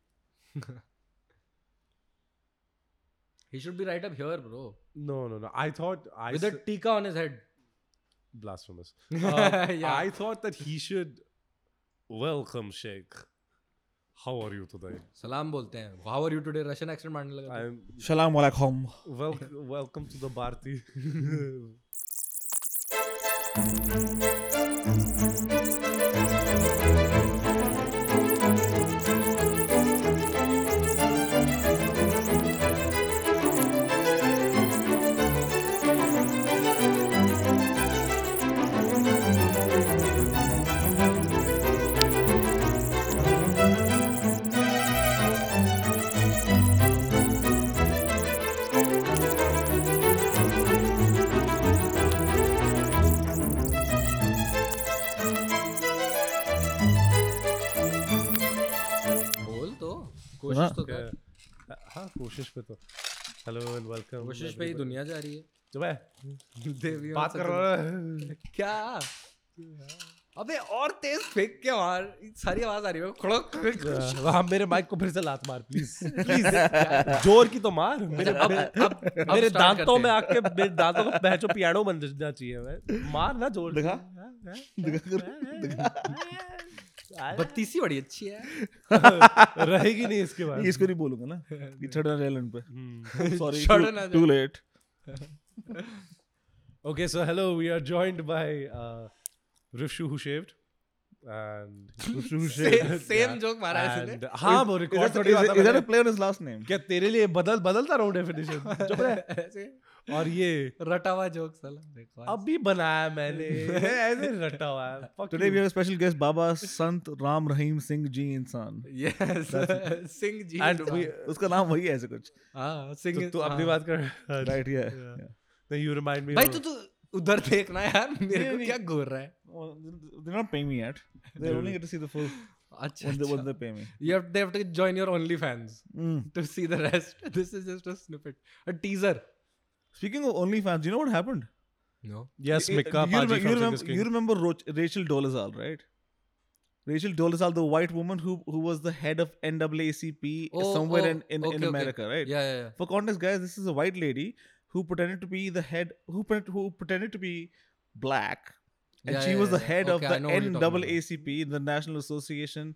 B: he should be right up here bro
C: no no no i thought i
B: with a
C: s-
B: tika on his head
C: blasphemous Uh,
B: Yeah.
C: i thought that he should welcome sheikh how are you today
B: सलाम बोलते हैं how are you today Russian accent मारने लगा था।
C: i'm
A: Shalom alaikum.
C: wel- welcome to the bharti
B: बोल तो
C: हाँ।
B: कोशिश तो कर
C: Uh, हाँ कोशिश पे तो hello and welcome
B: कोशिश पे ही
C: everybody.
B: दुनिया जा रही है
C: जो है,
B: देवी
C: बात कर रहा है
B: क्या अबे और तेज फेंक के मार सारी आवाज आ रही है खड़क खड़क
C: वहां मेरे माइक को फिर से लात मार प्लीज प्लीज जोर की तो मार मेरे
B: अब अब अब
C: मेरे
B: start
C: दांतों
B: करते
C: में
B: हैं।
C: आके मेरे दांतों को पहचो पियानो बन जाना चाहिए मैं मार ना जोर से।
A: दिखा।
C: हाँ, हाँ, हाँ।
B: बत्तीसी बड़ी अच्छी है
C: रहेगी नहीं इसके बाद
A: इसको नहीं बोलूंगा ना ये छड़ा रेलेंट पे
C: हम्म।
A: सॉरी
B: छड़ा ना
A: too late
C: Okay, so hello, we are joined by uh, Rifshu who shaved. And Rifshu who
B: shaved. same joke मारा है इसने।
C: हाँ वो रिकॉर्ड थोड़ी बात
A: is that a play on his last name
C: क्या तेरे लिए बदल बदलता रहा हूँ डेफिनेशन चुप रह
B: ऐसे
C: और ये
B: रटा हुआ जोक साला बेकार।
C: अभी बनाया मैंने ये ऐसे रटा हुआ है Fuck
A: today
C: you.
A: We have a special guest Baba Sant Ram रहीम सिंह जी इंसान
B: Yes, सिंह जी तो
C: And we
A: उसका नाम वही है ऐसे कुछ
B: हाँ सिंह
C: तो तू अपनी बात कर
A: राइट या
C: Yeah. नहीं यू रिमाइंड मी
B: भाई तू तू उधर देखना यार मेरे को क्या घोर रहा है
A: Oh, they not paying me at they only get to see the full
B: अच्छा
A: व्हेन दे व्हेन
B: अच्छा
A: they pay me
B: you have they have to join your OnlyFans
A: Hmm.
B: to see the rest. This is just a snippet, a teaser.
A: Speaking of only fans you know what happened
B: No.
C: Yes
A: You-
C: Mika
A: you,
C: paaji
A: remember, you,
C: from
A: remember,
C: singers
A: you
C: king
A: remember Roch- Rachel Dolezal, right? Rachel Dolezal, the white woman who who was the head of NAACP
B: Oh,
A: somewhere
B: oh,
A: in, in,
B: okay,
A: in
B: okay.
A: America, right?
B: Yeah, yeah, yeah.
A: For context, guys, this is a white lady who pretended to be the head who pre- who pretended to be black, and
B: Yeah,
A: she
B: yeah,
A: was
B: yeah,
A: the
B: yeah.
A: head
B: Okay, I
A: of
B: know
A: the
B: what you're talking about.
A: NAACP, the National Association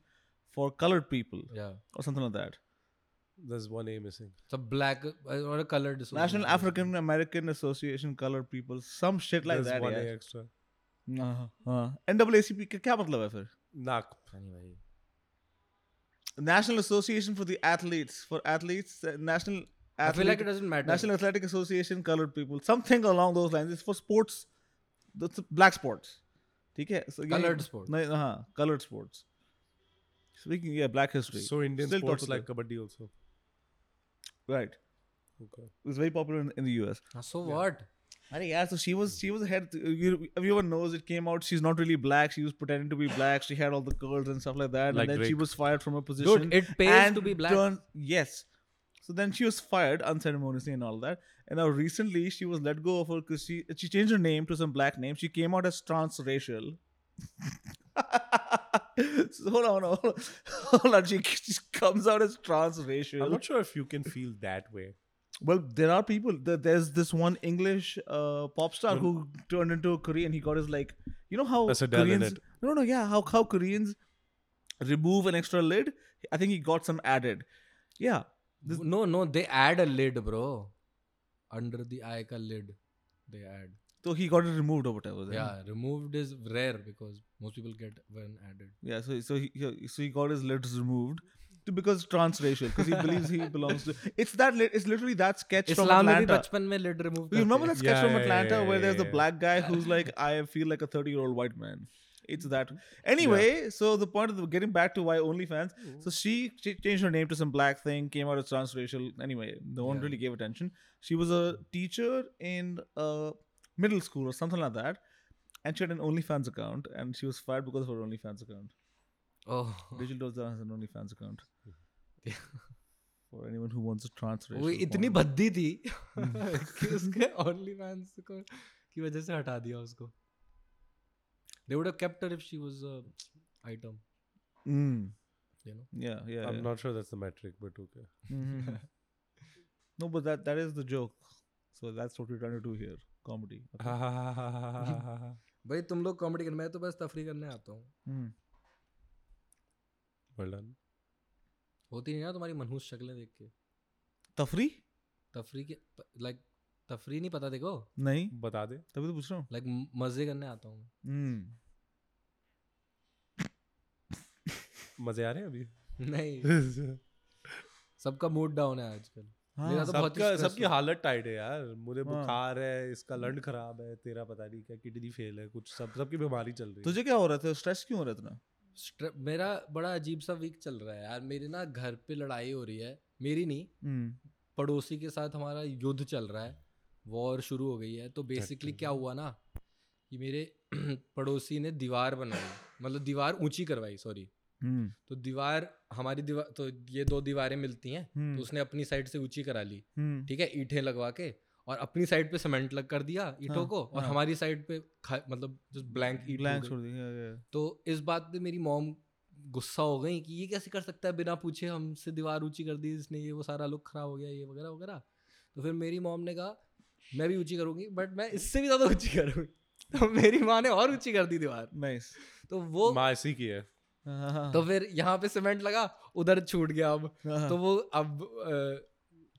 A: for Colored People,
B: Yeah.
A: or something like that.
C: there's one a missing
B: It's a black uh, or a colored.
A: National
B: association.
A: African American Association Colored People, some shit like
C: there's
A: that.
C: one a
A: Yeah.
C: extra
A: Uh-huh. Uh, NAACP का क्या मतलब है फिर?
C: नाक
B: funny भाई.
A: National Association for the Athletes for athletes, uh, National
B: I feel like
A: Athletic-
B: it doesn't matter.
A: National Athletic Association, colored people, something along those lines. It's for sports, that's black sports. ठीक है? So, yeah,
B: Colored sports.
A: No, हाँ, colored sports. Speaking, yeah, black history.
C: so Indian
A: Still
C: sports
A: toxic.
C: like kabaddi also
A: right.
C: okay
A: It was very popular in, in the US.
B: Ah, so what?
A: अरे यार, so she was she was head. You, everyone knows it came out. She's not really black. She was pretending to be black. She had all the curls and stuff like that.
C: Like
A: and then she
C: Drake.
A: was fired from her position.
B: Dude, it pays
A: and
B: to be black.
A: turned- yes. So then she was fired unceremoniously and all that. And now recently she was let go of her because she she changed her name to some black name. She came out as transracial. so hold on, hold on, hold on. She, she comes out as transracial.
C: I'm not sure if you can feel that way.
A: well, there are people. there- There's this one English uh, pop star who turned into a Korean. He got his like, you know how
C: That's a dell in
A: Koreans.
C: it.
A: No, no, yeah. How how Koreans remove an extra lid? I think he got some added. Yeah. This-
B: No, no, they add a lid, bro. Under the eye ka lid, they add.
A: So he got it removed or whatever. then.
B: Yeah, removed is rare because most people get when added.
A: Yeah. So so he he- so he got his lids removed. to- Because transracial, because he believes he belongs to. It's that. lit- It's literally that sketch from
B: इस्लाम में भी
A: Atlanta.
B: बचपन में lid remove
A: You remember that
B: करते
A: sketch
C: Yeah,
A: from
C: yeah,
A: Atlanta
C: yeah,
A: where
C: yeah,
A: there's the
C: yeah.
A: black guy who's like, I feel like a 30 year old white man. It's that. Anyway, so the point of the, getting back to why OnlyFans. So she ch- changed her name to some black thing, came out as transracial. Anyway, no one
B: Yeah.
A: really gave attention. She was a teacher in uh, middle school or something like that. And she had an OnlyFans account and she was fired because of her OnlyFans account.
B: हैं। Oh.
A: Rachel Dawson has an OnlyFans account.
B: Yeah.
A: For anyone who wants a transracial.
B: वो इतनी
A: porn.
B: भद्दी थी कि उसके ओनली फैंस को की वजह से हटा दिया उसको they would have kept her if she was a item
A: Mm.
B: You know?
A: Yeah, yeah.
C: I'm
A: yeah.
C: not sure that's the metric, but okay.
A: Mhm. no, but that that is the joke. So that's what we're trying to do here, comedy. okay?
B: भाई तुम लोग कॉमेडी करने मैं तो बस तफरी करने आता हूँ
A: Hmm.
C: well done.
B: होती नहीं ना तुम्हारी मनहूस शक्लें देख के
A: तफरी
B: तफरी के लाइक तफरी नहीं पता देखो
A: नहीं
C: बता दे
A: तभी तो पूछ रहा हूँ
B: लाइक मजे करने आता हूँ
A: Hmm.
C: मजे आ रहे हैं अभी
B: नहीं सबका मूड डाउन है आजकल मेरा
A: हाँ,
B: तो
A: सब-
B: बहुत ही
C: सबका
B: stress
C: सबकी
B: हो-
C: हालत टाइट है यार मुझे
A: हाँ।
C: बुखार है इसका लंड खराब है तेरा पता नहीं क्या किडनी फेल है कुछ सब सबकी बीमारी चल रही है
A: तुझे क्या हो रहा था स्ट्रेस क्यों हो रहा था इतना?
B: Stre- मेरा बड़ा अजीब सा वीक चल रहा है यार मेरी ना घर पे लड़ाई हो रही है मेरी नहीं
A: Hmm.
B: पड़ोसी के साथ हमारा युद्ध चल रहा है वॉर शुरू हो गई है तो बेसिकली क्या हुआ ना कि मेरे पड़ोसी ने दीवार बनाई मतलब दीवार ऊंची करवाई सॉरी
A: Hmm.
B: तो दीवार हमारी दीवार तो ये दो दीवारें मिलती हैं
A: Hmm.
B: तो उसने अपनी साइड से ऊंची करा ली
A: Hmm.
B: ठीक है ईंटें लगवा के और अपनी साइड पे सीमेंट लग कर दिया ईंटों
A: हाँ,
B: को और
A: हाँ।
B: हमारी साइड पे खा- मतलब जस्ट ब्लैंक ईट
A: Blank छोड़ दी, yeah, yeah.
B: तो इस बात पे मेरी मॉम गुस्सा हो गई कि ये कैसे कर सकता है बिना पूछे हमसे दीवार ऊंची कर दी इसने ये वो सारा लुक खराब हो गया ये वगैरह वगैरह तो फिर मेरी मॉम ने कहा मैं भी ऊंची करूंगी बट मैं इससे भी ज़्यादा ऊंची करूंगी तो मेरी माँ ने और ऊंची कर दी दीवार
A: Nice.
B: तो वो
C: माँ ऐसी की है
A: हाँ, हाँ, हाँ.
B: तो फिर यहाँ पे सीमेंट लगा उधर छूट गया अब
A: हाँ, हाँ.
B: तो वो अब अ,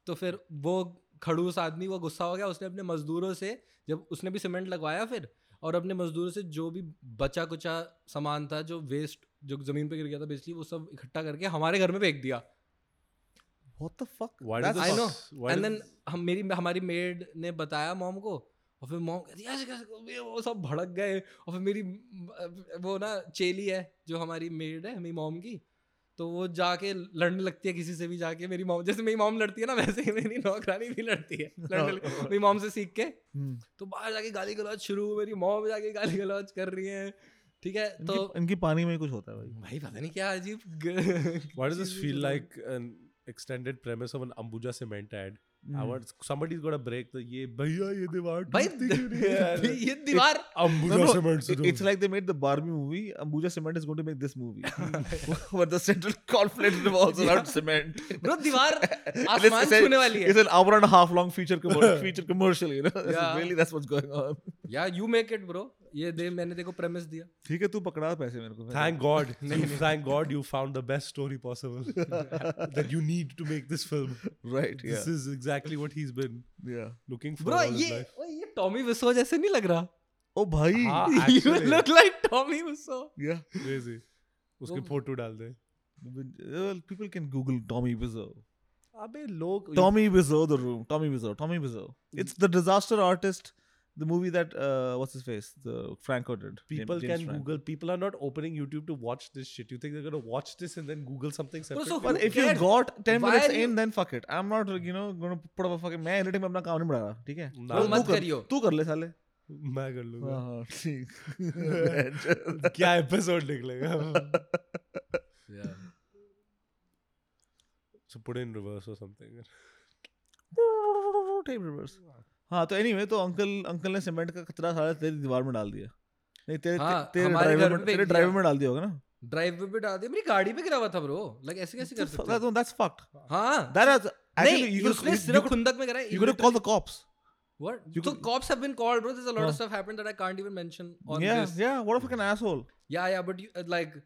B: तो फिर वो खड़ूस आदमी वो गुस्सा हो गया उसने अपने मजदूरों से जब उसने भी सीमेंट लगवाया फिर और अपने मजदूरों से जो भी बचा कुचा सामान था जो वेस्ट जो जमीन पे गिर गया था बेसिकली वो सब इकट्ठा करके हमारे घर में फेंक दिया
A: What the fuck?
C: Why did
A: That's-
C: this-
B: I know
C: why
B: and
C: did
B: then
C: this-
B: हम मेरी हमारी मेड ने बताया मॉम को और फिर मॉम कहती ऐसे कैसे ये वो सब भड़क गए और फिर मेरी अ, वो ना चेली है जो हमारी मेड है मेरी मॉम की तो वो जाके लड़ने लगती है किसी से भी जाके मेरी मॉम जैसे मेरी मॉम लड़ती है ना वैसे ही मेरी नौकरानी भी लड़ती है लड़ने लग-
C: Oh.
B: मेरी मॉम से सीख के
A: Hmm.
B: तो बाहर जाके गाली गलौज शुरू मेरी मॉम जाके गाली गलौज कर रही है ठीक है तो
A: इनकी- इनकी पानी में ही कुछ होता है भाई
B: भाई पता नहीं क्या अजीब ग-
C: Why does this
B: cheese
C: feel
B: होती है।
C: like an extended premise of an Ambuja cement ad? I
A: Hmm.
C: want somebody's got to break the ये भैया ये दीवार
B: भाई
C: टूटती क्यों नहीं है यार?
B: ये दीवार
A: No,
C: Ambuja
A: no,
C: cement से
A: it- it's like they made the Barbie movie. Ambuja Cement is going to make this movie, where the central conflict revolves around cement.
B: Bro दीवार
A: And it's-
B: आसमान
A: it's a-
B: छूने वाली
A: It's
B: है
A: an hour and a half long feature commercial, feature commercial. You know, That's
B: Yeah.
A: really that's what's going on.
B: या यू मेक इट ब्रो ये दे मैंने देखो प्रेमिस दिया
A: ठीक है तू पकड़ा पैसे मेरे को
C: Thank God. you, thank God you found the best story possible that you need to make this film.
A: right
C: This
A: yeah
C: is exactly what he's been
A: yeah
C: looking for
B: bro
C: all his
B: ये
C: life.
B: ओए, ये टॉमी विसो जैसे नहीं लग रहा
A: ओ भाई
C: हाँ,
B: you
C: actually,
B: look like Tommy Wiseau
A: yeah
C: crazy. उसके
B: वो-
C: फोटो डाल दे
A: well, people can Google Tommy Wiseau
C: अबे लोग
A: Tommy Wiseau the room Tommy Wiseau Tommy Wiseau it's the disaster artist the movie that uh, what's his face the Franco did Jam-
C: people
A: James
C: can
A: Franco.
C: Google. People are not opening YouTube to watch this shit. You think they're gonna watch this and then Google something separate?
B: so
A: But
B: Who
A: if you
B: cares?
A: got 10
B: Why
A: minutes
B: are you-
A: in, then fuck it. I'm not, you know, gonna put up a fucking. मैं editing में अपना काम नहीं बढ़ा रहा, ठीक है?
C: ना,
A: तू
B: मत
A: कर-
B: करियो।
A: तू कर ले साले।
C: मैं कर लूंगा
A: हाँ, हाँ, ठीक।
C: क्या एपिसोड निकलेगा so put it in reverse or something
A: Tape reverse. हाँ, तो anyway, तो uncle uncle ने सीमेंट का कचरा सारा तेरी दीवार में डाल दिया। नहीं तेरे
B: हाँ,
A: ते- तेरे
B: हमारे
A: ड्राइवर
B: घर
A: में
B: पे
A: तेरे
B: दिया।
A: ड्राइवर में डाल दिया होगा ना?
B: ड्राइव पे भी डाल दिया मेरी गाड़ी पे गिरा हुआ था ब्रो लाइक ऐसे कैसे कर सकते
A: That- that's fucked.
B: हो? हाँ
A: That is actually
B: नहीं
A: you could
B: उसने
A: you
B: सिर्फ
A: could
B: खुंदक में करा
A: you could have called the cops.
B: What
A: you
B: तो
A: could-
B: cops have been called bro there's a lot of
A: हाँ।
B: stuff happened that i can't even mention on
A: Yeah,
B: this
A: yeah. What a fucking asshole.
B: uh, या या बट लाइक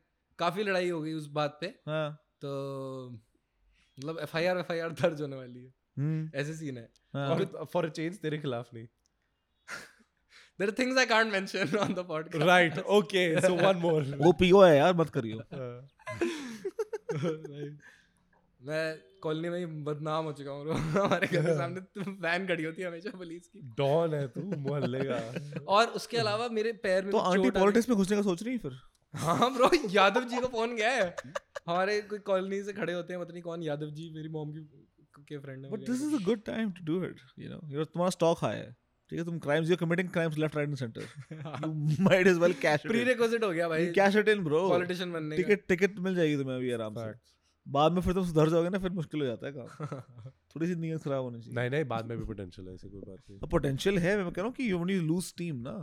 B: काफी लड़ाई हो गई उस बात पे
A: हाँ,
B: तो मतलब F I R F I R दर्ज होने वाली है
A: हम्म,
B: ऐसे सीन है
A: हाँ।
C: और फॉर अ चेंज तेरे खिलाफ नहीं
B: there are things I can't mention on the podcast
C: right okay so one more
A: वो पीओ है यार मत करियो तो
B: मैं कॉलोनी में ही बदनाम हो चुका हूँ हमारे घर के सामने वैन खड़ी होती है हमेशा पुलिस की
C: डॉन है तू मोहल्ले का
B: और उसके अलावा मेरे पैर में
A: तो
B: भी
A: आंटी
B: चोट आ
A: पॉलिटिक्स में घुसने का सोच रही है फिर
B: गई- हाँ ब्रो यादव जी का फोन गया है हमारे कोई कॉलोनी से खड़े होते हैं पता नहीं कौन यादव जी मेरी मॉम की के फ्रेंड है
A: but this is a good time to do it you know your तुम्हारा स्टॉक हाई है ठीक है तुम crimes you committing crimes left right and centre you might as well cash
B: prerequisite हो गया भाई
A: cash it in bro
B: politician बनने का
A: टिकट टिकट मिल जाएगी तुम्हें अभी आराम से
C: Facts.
A: बाद में फिर तुम सुधर जाओगे ना फिर मुश्किल हो जाता है काम थोड़ी सी नीयत खराब होनी चाहिए
C: नहीं नहीं बाद में भी पोटेंशियल है ऐसी कोई बात नहीं
A: अब पोटेंशियल है मैं कह रहा हूँ कि यू वन लूज टीम ना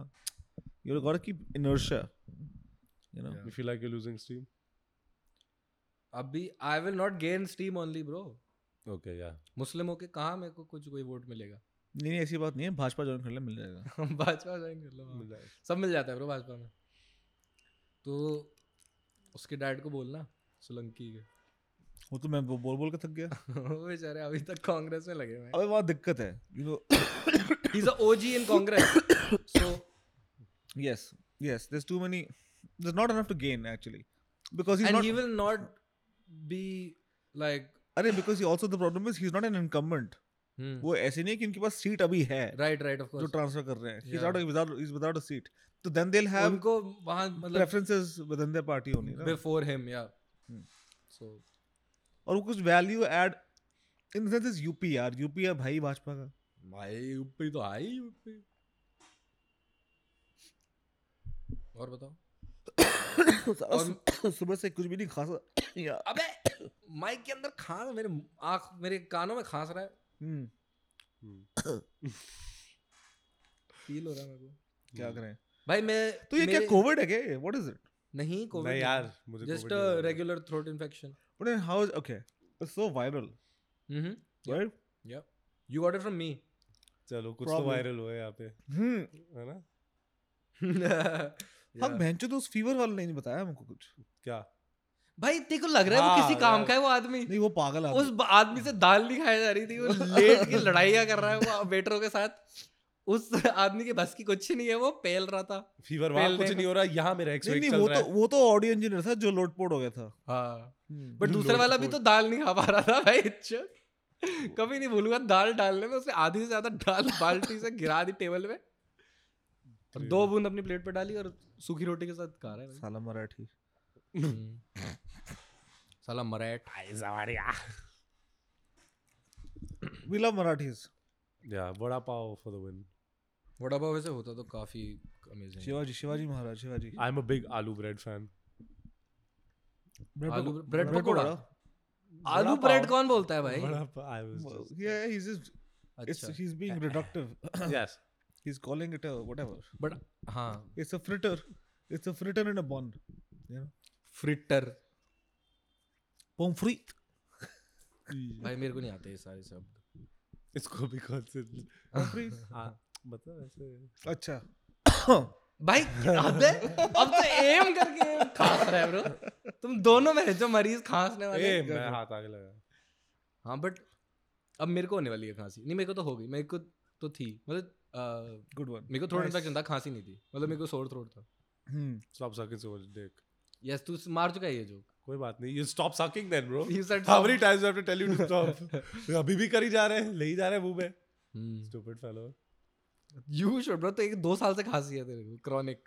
A: you got keep inertia you know
C: You feel like you're losing steam?
B: अभी I will not gain steam only bro
C: Okay, yeah.
B: Muslim होके कहाँ मेरे को कुछ कोई वोट मिलेगा
A: नहीं नहीं ऐसी बात नहीं है भाजपा ज्वाइन कर ले मिल जाएगा
B: भाजपा ज्वाइन कर लो हाँ। सब मिल जाता है ब्रो भाजपा में तो उसके डैड को बोलना सोलंकी के
A: वो तो मैं बो- बोल बोल के थक गया
B: वो बेचारे अभी तक कांग्रेस में लगे हुए हैं
A: अबे वहाँ दिक्कत है you know
B: he is a OG in Congress so
A: yes yes there too many there not enough to gain actually because he's
B: and
A: not
B: he will not be like
A: अरे because he also the problem is he's not an incumbent वो ऐसे नहीं है कि इनके पास सीट अभी है
B: राइट राइट ऑफ
A: Hmm. जो
B: कोर्स
A: ट्रांसफर कर रहे हैं he's
B: Yeah.
A: out of- without he's without a seat तो then they'll have
B: उनको वहां मतलब
A: preferences within their party only ना
B: बिफोर हिम या
A: Hmm.
B: सो
A: और वो कुछ value add in sense is UP यार यूपी है भाई भाजपा का
B: भाई यूपी तो आई यूपी और बताओ
A: साला सु- सुबह से कुछ भी नहीं खासा यार
B: अबे माइक के अंदर खांस मेरे आंख मेरे कानों में खांस रहा है
A: हम्म,
B: फील हो रहा है मेरे को
A: क्या करें
B: भाई मैं
A: तो ये क्या
B: मेरे-
A: कोविड है क्या व्हाट इज इट
B: नहीं कोविड
C: नहीं यार मुझे
B: जस्ट
C: COVID नहीं लगा।
B: Regular throat infection
A: but how okay it's so viral
B: Mm-hmm.
A: Right
B: you got it from me
C: चलो कुछ तो
A: Problem.
C: वायरल हुआ है यहाँ पे
A: हम्म
C: है ना
A: हम भैंचो तो उस फीवर वाले ने नहीं बताया हमको कुछ
C: क्या
B: भाई तेरे को लग रहा है वो
C: हाँ,
B: किसी काम
C: यार।
B: का है वो आदमी
A: नहीं वो पागल
B: उस ब- आदमी से दाल नहीं खाई जा रही थी वो लेट के लड़ाइयाँ कर रहा है वो वेटरों के साथ उस आदमी के बस की कुछ नहीं है वो पेल रहा था
C: फीवर वहाँ
B: Fail
C: कुछ
B: नहीं
C: नहीं हो रहा यहाँ मेरा
A: नहीं
C: एक्सपेक्ट
A: नहीं
C: चल
A: वो
C: रहा
A: तो
C: है
A: वो तो ऑडियो इंजीनियर था जो लोटपोट हो गया था हम्म।
B: हाँ
A: बट
B: बट दूसरे
C: Lord
B: वाला भी
C: God.
B: तो दाल नहीं खा पा रहा था भाई अच्छा कभी नहीं भूलूंगा दाल डालने में उसने आधी से ज्यादा दाल बाल्टी से गिरा दी टेबल में और
C: अरे
B: दो
C: वाह।
B: बूंद अपनी प्लेट पे डाली और सूखी रोटी के साथ खा रहा है
A: साला मराठी
B: भाई हम्म। साला मराठ
A: वी लव मराठीज
C: या बड़ा pav for the win
B: vada pav वैसे होता तो काफी amazing
A: Shivaji Shivaji Maharaj Shivaji
C: I am a big aloo bread fan
B: aloo
A: पक-
B: ब्रेड पकौड़ा? आलू
C: वड़ा
B: ब्रेड
C: पाव।
B: कौन बोलता है भाई
C: बड़ा पाव I was
A: Yeah, he's just it's,
B: अच्छा
A: he's being reductive.
C: Yes
A: he's calling it a whatever.
B: But हाँ
A: It's a fritter. It's a fritter in a bun. You know,
B: fritter
A: pommes frites.
B: भाई मेरे को नहीं आते ये सारे शब्द
C: इसको भी कौन से
A: Pommes frites.
C: हाँ मतलब ऐसे
A: अच्छा
B: भाई अबे अब तो एम करके खांस रहा है ब्रो तुम दोनों में है जो मरीज खांसने वाले
C: ए मैं हाथ आगे लगा
B: हाँ बट अब मेरे को होने वाली है खांसी नहीं मेरे को तो हो गई मेरे को तो थी मतलब अ,
A: गुड वन
B: मेरे को थोड़ा इन्फेक्शन था खांसी नहीं थी मतलब मेरे को सोर थ्रोट था
A: हम्म।
C: Stop sucking so much dick
B: yes तू स- मार चुका है ये जोक
C: कोई बात नहीं you stop sucking then bro
B: you said
C: How many times do I have to tell you to stop? अभी भी करी जा रहे हैं ले ही जा रहे हैं मुंह में
B: हम्म.
C: stupid fellow
B: you should bro तो एक दो साल से खांसी है तेरे को क्रॉनिक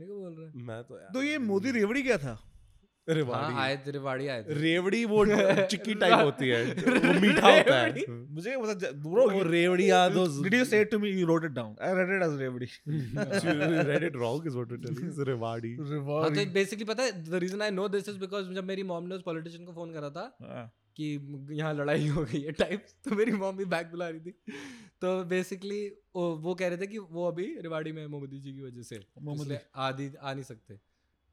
B: मेरे को बोल रहा है
C: मैं तो यार
A: तो ये मोदी रेवड़ी क्या था
B: हाँ
C: रेवाड़ी
B: आए तेरे वाड़ी आए थे
C: रेवड़ी वो चिक्की टाइप होती है वो मीठा होता है
A: मुझे पता
C: Bro,
A: ब्रो
C: वो रेवड़ी यार दो
A: Did you say it to me? You wrote it down. तो- I read it as Revadi.
C: read it wrong is what you're telling is Rewari
B: हाँ
A: Reward.
B: तो बेसिकली पता है the reason I know this is because जब मेरी मॉम ने उस पॉलिटिशियन को फोन करा था कि यहाँ लड़ाई हो गई है टाइप तो मेरी मॉम भी बैग बुला रही थी तो बेसिकली वो कह रहे थे कि वो अभी रिवाड़ी में है मोदी जी की वजह से
A: मोहम्मद
B: इसलिए आदि आ नहीं सकते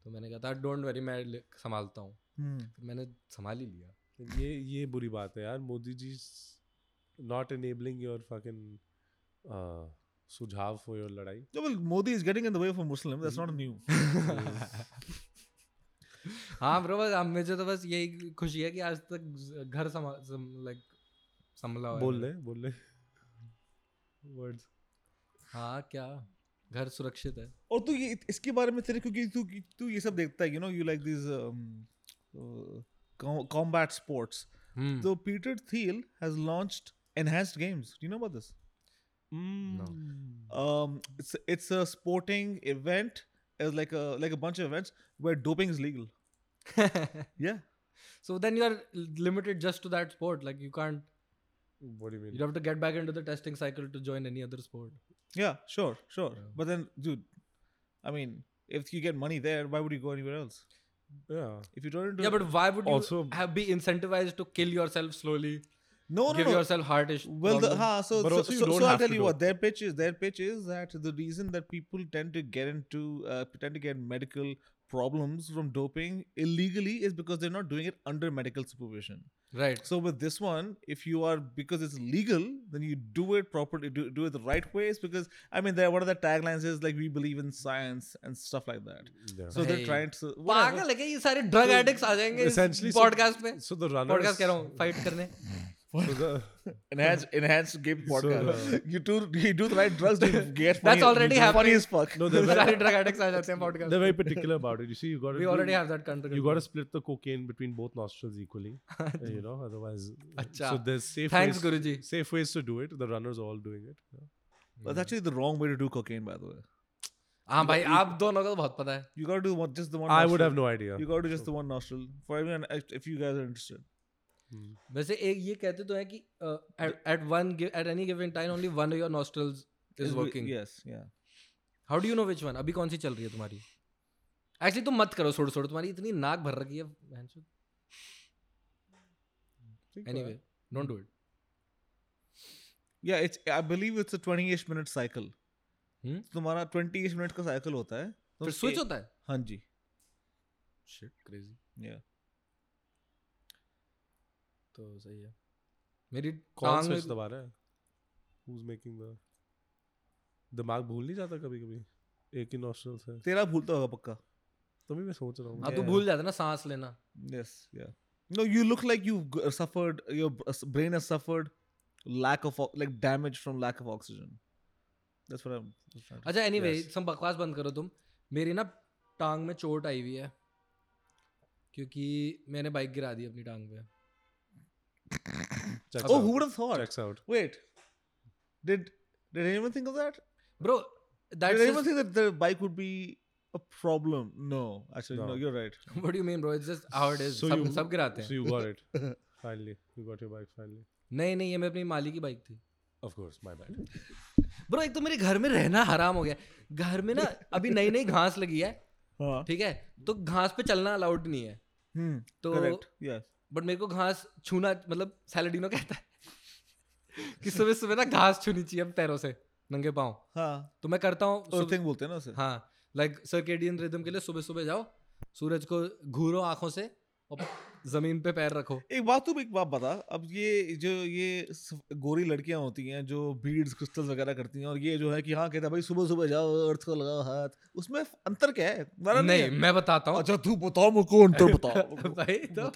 B: तो मैंने कहा था डोंट वरी मैं ले- संभालता हूँ
A: हम्म।
B: फिर मैंने संभाल ही लिया
C: ये ये बुरी बात है यार Modi ji not enabling your fucking uh, सुझाव for your लड़ाई
B: Oh,
A: well, Modi is getting in the way for Muslims. That's not new.
B: हाँ ब्रो बस अब मुझे तो बस यही खुशी है कि आज तक घर समा लाइक संभला हुआ है
C: बोल
B: मेरा।
C: ले बोल ले वर्ड्स
B: हाँ क्या घर सुरक्षित है
A: और तू ये इसके बारे में तेरे क्योंकि तू तू ये सब देखता है you know you like this um, uh, combat sports
B: hmm
C: तो-
A: so peter thiel has launched enhanced games do you know about this
B: Hmm.
A: um it's it's a sporting event it's like a like a bunch of events where doping is legal yeah
B: so then you are limited just to that sport like you can't
C: What do you mean?
B: you have to get back into the testing cycle to join any other sport
A: yeah sure sure
B: Yeah.
A: but then dude i mean if you get money there why would you go anywhere else
C: Yeah.
A: if you don't into
B: yeah but why would you
C: Also-
B: have be incentivized to kill yourself slowly
A: no no,
B: give
A: no.
B: yourself heart issues
A: well the, huh, so,
C: But
A: so,
C: also you
A: so,
C: don't
A: so i'll
C: have
A: tell
C: to
A: you
C: do
A: what their pitch is their pitch is that the reason that people tend to get into uh, tend to get medical problems from doping illegally is because they're not doing it under medical supervision
B: right
A: So with this one, if you are because it's legal, then you do it properly, do, do it the right ways. Because I mean, there one of the taglines is like we believe in science and stuff like that.
C: Yeah.
A: So
B: Hey.
A: they're trying to whatever.
B: पागल है क्या ये सारे ड्रग
C: So,
B: एडिक्ट्स आ जाएंगे
C: तो Essentially,
B: इस पॉडकास्ट में
C: So, so the runners.
B: Podcast कह रहा हूँ फाइट करने
C: So the,
A: enhanced enhanced game
C: So,
A: podcast.
C: uh,
A: you do you do the right drugs to get funny,
B: already
A: funny
B: happening.
A: as fuck.
C: no, they're
B: सारे
C: very,
B: ड्रग एडिक्ट्स आ जाते हैं
C: they're very
B: podcast
C: particular about it. You see, you got to.
B: we already have that control
C: You got to split the cocaine between both nostrils equally. you know, otherwise. uh, So
B: Acha.
C: there's safe
B: thanks
C: ways.
B: guruji
C: Safe ways to do it. The runners are all doing it. Yeah.
A: That's actually the wrong way to do cocaine, by the way.
B: हाँ भाई आप दोनों को बहुत पता है
A: You gotta do one, just the one.
C: I would
A: nostril.
C: have no idea.
A: You gotta do just the one nostril for everyone. if- If you guys are interested,
C: Hmm.
B: वैसे एक ये कहते तो है कि at one at any given time only one your nostrils is
A: Is we-
B: working
A: Yes, yeah.
B: How do you know which one अभी कौन सी चल रही है तुम्हारी एक्चुअली तुम मत करो छोड़ छोड़ तुम्हारी इतनी नाक भर रखी है
C: Think
A: तो
C: about
B: anyway
C: it.
B: Don't do
A: yeah it's I believe it's a 20 minute cycle
B: हम्म?
A: तुम्हारा 20 मिनट का साइकिल होता है तुम
B: फिर स्विच
A: ए-
B: होता है
A: हाँ जी
B: शिट क्रेजी
A: या
B: तो सही है मेरी
C: कौन
B: टांग
C: switch
B: में-
C: दबा रहा है? Who's making the? दिमाग भूल नहीं जाता कभी कभी एक ही nostril से
A: तेरा भूलता होगा पक्का
C: तो भी मैं सोच रहा हूँ
B: हाँ तू
A: Yeah.
B: भूल जाता ना सांस लेना
A: यस या no you look like you suffered your brain has suffered lack of o- like damage from lack of oxygen that's what i'm that's what I'm-
B: अच्छा एनीवे
C: Yes.
B: सब बकवास बंद करो तुम मेरी ना टांग में चोट आई हुई है क्योंकि मैंने बाइक गिरा दी अपनी टांग पे
C: Checks
A: oh
C: out.
A: who would have thought
C: Checks out.
A: wait did did anyone think of that
B: bro
A: did anyone
B: that's
A: think that the bike would be a problem no actually no,
C: No.
A: you're right
B: what do mean bro it's just how it is
C: So
B: सब
C: you-
B: सब गिराते
C: So
B: हैं
C: you got it. finally, you got your bike. Finally,
B: नहीं नहीं ये मैं अपनी माली की बाइक थी
C: of course, my bad.
B: Bro एक तो मेरे घर में रहना हराम हो गया घर में ना अभी नई नई घास लगी है
A: हाँ
B: ठीक है तो घास पे चलना अलाउड नहीं है
A: हम्म
B: तो
A: correct yes
B: बट मेरे को घास छूना मतलब सैलडिनो कहता है कि सुबह सुबह ना घास छूनी चाहिए अब पैरों से नंगे पाँव
A: हाँ
B: तो मैं करता हूँ
A: अर्थिंग बोलते हैं ना उसे
B: हाँ लाइक सर्केडियन रिदम के लिए सुबह सुबह जाओ सूरज को घूरो आंखों से और जमीन पे पैर रखो
A: एक बात तू एक बात बता अब ये जो ये सफ- गोरी लड़कियां होती हैं जो बीड्स क्रिस्टल्स वगैरह करती हैं और ये जो है कि हाँ कहता है भाई सुबह सुबह जाओ अर्थ को लगाओ हाथ उसमें अंतर क्या है तुम्हारा
B: नहीं
A: है।
B: मैं बताता हूँ
A: अच्छा तू बताओ मुझको अंतर बताओ मुझको।
B: भाई तो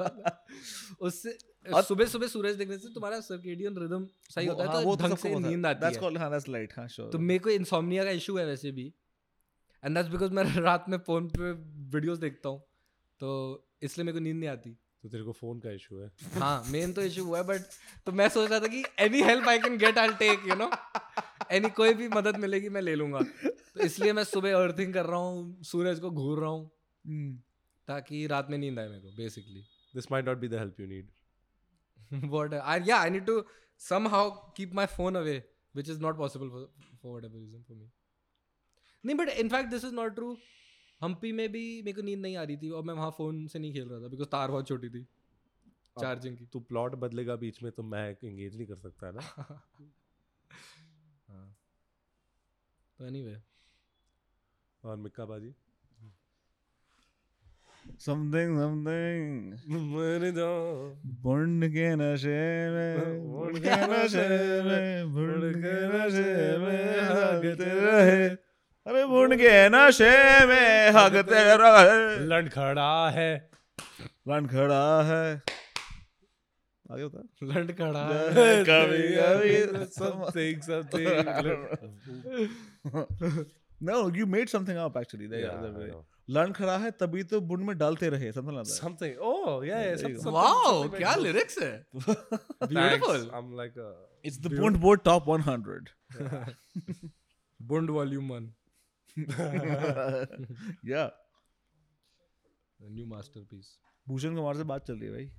B: उससे
A: और-
B: सुबह सुबह सूरज देखने से तुम्हारा सर्केडियन रिदम सही
A: वो-
B: होता
A: हाँ,
B: है तो
A: वो तो
B: ढंग
A: सबको
B: से
A: पता है।
B: नींद आती
A: That's
B: है
A: called- हाँ, that's light, हाँ, sure.
B: तो मेरे को इंसोमनिया का इशू है वैसे भी एंड दैट्स बिकॉज मैं रात में फोन पे वीडियोस देखता हूँ तो इसलिए मेरे को नींद नहीं आती
C: तो तेरे को फोन का इशू है
B: हाँ मेन तो इशू हुआ है बट तो मैं सोच रहा था कि any help I can get I take you know any कोई भी मदद मिलेगी मैं ले लूंगा तो इसलिए मैं सुबह अर्थिंग कर रहा हूँ सूरज को घूर रहा हूँ
A: हम्म।
B: ताकि रात में नींद आए मेरे को basically
C: this might not be the help you need
B: what I या I need to somehow keep my phone away which is not possible for whatever reason for me नहीं but in fact this is not true Hampi में भी मेरे को नींद नहीं आ रही थी और मैं वहाँ फ़ोन से नहीं खेल रहा था बिकॉज तार बहुत छोटी थी चार्जिंग की
C: तू प्लॉट बदलेगा बीच में तो मैं एंगेज नहीं कर सकता ना
B: तो एनीवे
C: और मिक्का बाजी
A: Something, something.
C: मर जाओ
A: बुंड के नशे में बुंड के नशे में बुंड के नशे में हगते रहे अरे बुंड के नशे में हगते रहे
C: लड़खड़ा है
A: रन खड़ा है आगे होता है?
B: लंड खड़ा
A: है। Kabhi kabhi
C: something, something.
A: no you made something up actually there,
C: Yeah,
A: yeah,
C: I
A: there
C: know.
A: learn खड़ा है तभी तो बुन में डालते रहे something like that
C: Something. Oh, yeah. yeah
A: There
C: some-
A: you go.
C: something-
B: wow
C: something like
B: क्या
C: that.
B: लिरिक्स है
C: Thanks.
B: Beautiful
C: I'm like a.
A: it's the Bund board top 100
B: बुंड volume 1
A: yeah
B: new masterpiece
A: Bhushan Kumar से बात चल रही है भाई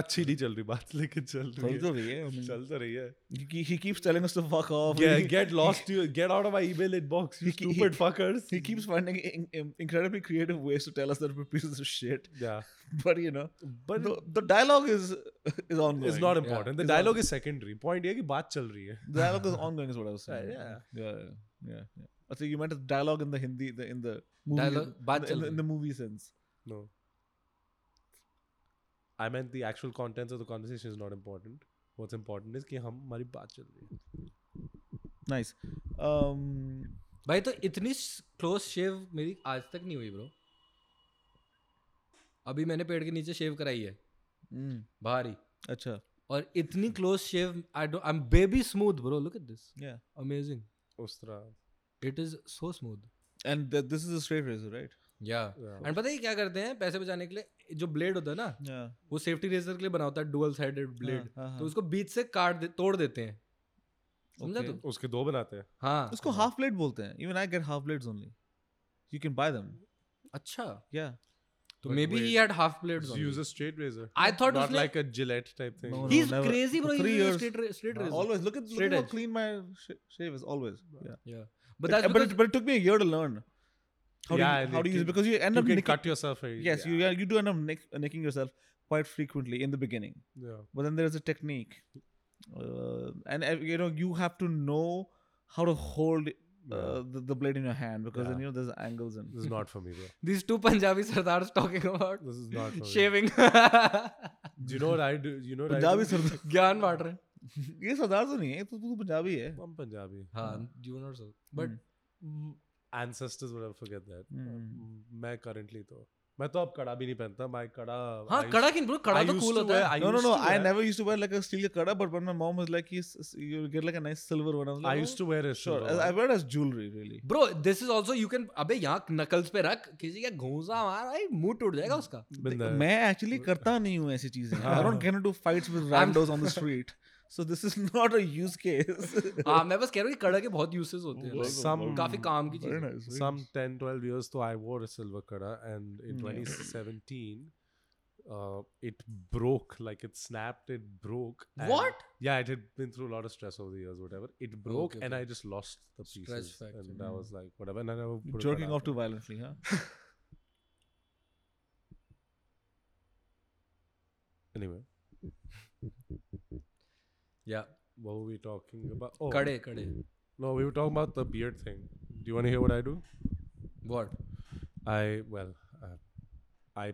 C: अच्छी नहीं चल रही बात लेकिन चल
A: थोड़ी तो
C: रही
A: रही है I
C: है
A: mean,
C: चल तो रही है
A: he, he keeps telling us to fuck off
C: Get,
A: he,
C: get lost you get out of my email inbox you
A: He- he-
C: stupid fuckers
A: he keeps finding in, in- incredibly creative ways to tell us that we're pieces of shit
C: yeah
A: but you know
C: but
A: the, the dialogue is is ongoing
C: it's not important the
A: It's not-
C: dialogue is secondary point ye ki baat chal rahi hai
A: The dialogue is ongoing, is what I was saying.
C: Yeah, yeah.
A: yeah, yeah, yeah. yeah. I think you meant the dialogue in the Hindi, the, in the movie,
B: Dialogue-
A: in,
B: बात
A: the, in,
B: चल
A: the, in
B: रही
A: the movie sense.
C: no i meant the actual contents of the conversation is not important what's important is ki hum hamari baat chal rahi hai
A: Nice. Um,
B: भाई तो इतनी क्लोज शेव मेरी आज तक नहीं हुई ब्रो अभी मैंने पेड़ के नीचे शेव कराई है
C: Hmm.
A: mm,
B: भारी
A: acha,
B: और इतनी close shave I don't I am baby smooth bro look at this
A: yeah.
B: Amazing
C: ustra
B: it is so smooth
A: And th- this is a straight razor, right?
B: Yeah
C: yeah.
B: And पता है क्या करते हैं पैसे बचाने के लिए जो ब्लेड होता है ना
A: Yeah.
B: वो सेफ्टी रेजर के लिए बना होता है डुअल साइडेड ब्लेड
C: Uh-huh.
A: हाँ, हाँ,
B: तो उसको बीच से काट दे, तोड़ देते हैं समझा
A: Okay.
B: तुम
C: उसके दो बनाते हैं
B: हाँ
A: उसको half blade बोलते हैं. Even I get half blades only. You can buy them.
B: अच्छा
A: Yeah.
B: तो
C: But
B: maybe he
C: wait.
B: Had half blades
C: Just use a straight razor
B: I thought
C: not
B: उसने-
C: like a Gillette type thing
A: No,
B: he
A: no.
B: Is
A: never.
B: Crazy
A: For
B: bro
A: three
B: he
A: years.
B: Use straight straight razor
A: Always look at look
B: Straight
A: at how
B: edge.
A: clean my sh- shave is. Always. Yeah.
B: Yeah.
A: But,
B: But that's
A: but,
B: because
A: it, but it took me a year to learn. How
C: Yeah,
A: do you,
C: and
A: how
C: it
A: do you use it?
C: can-
A: because you end
C: you
A: up
C: can
A: nicking,
C: cut yourself right?
A: yes
C: yeah.
A: you yeah, you do end up nick, nicking yourself quite frequently in the beginning
C: yeah.
A: but then there's a technique uh, and uh, you know you have to know how to hold uh,
C: Yeah.
A: the, the blade in your hand because then
C: Yeah.
A: you know there's angles and
C: this is not for me bro
B: these two Punjabi sardars talking about
C: this is not for me
B: shaving.
C: do you know what I do you know what I
A: Punjabi
C: do
A: sardar
B: ज्ञान बांट रहे हैं
A: ये सरदार तो नहीं है तू तू पंजाबी है
C: I'm Punjabi
B: हाँ you not so but
C: M- ancestors would have forget that.
A: Hmm.
C: M- मैं currently तो मैं तो अब कड़ा भी नहीं पहनता मैं कड़ा
B: हाँ
C: I
B: कड़ा किन bro कड़ा
C: I
B: तो
C: used
B: cool
C: to
B: होता
C: wear-
B: है
C: I
A: no no
C: used
A: no
C: to
A: I
C: wear-
A: never used to wear like a steel cutter but when my mom was like "Yes, you'll get like a nice silver one I was
C: I
A: like "Oh,
C: used to wear a
A: sure
C: silver
A: I, I
C: one.
A: wear it as jewelry really
B: bro this is also you can अबे यहाँ knuckles पे रख किसी का घूंसा मार भाई मुंह टूट
C: Hmm.
B: जाएगा उसका
C: Been there.
A: मैं एक्चुअली करता नहीं हूँ ऐसी चीजें I don't get into fights with
B: I'm-
A: randos on the street so this is not a use case
B: हाँ मैं बस कह रहा हूँ कि कड़ा के बहुत uses होते हैं like,
C: Ah, Some
B: काफी काम की चीज
C: some 10 12 years तो I wore a silver kada and in
A: Yeah.
C: 2017 uh, it broke like it snapped it broke and-
B: What?
C: yeah it had been through a lot of stress over the years whatever it broke
B: okay,
C: and
B: okay.
C: I just lost the
B: Stress
C: pieces
B: factor.
C: and I was like whatever and I never put a
A: jerking
C: kada
A: off too
C: back.
A: violently huh
C: anyway
B: yeah
C: what were we talking about oh
B: कड़े कड़े
C: no we were talking about the beard thing do you want to hear what I do
B: what
C: I well, uh, I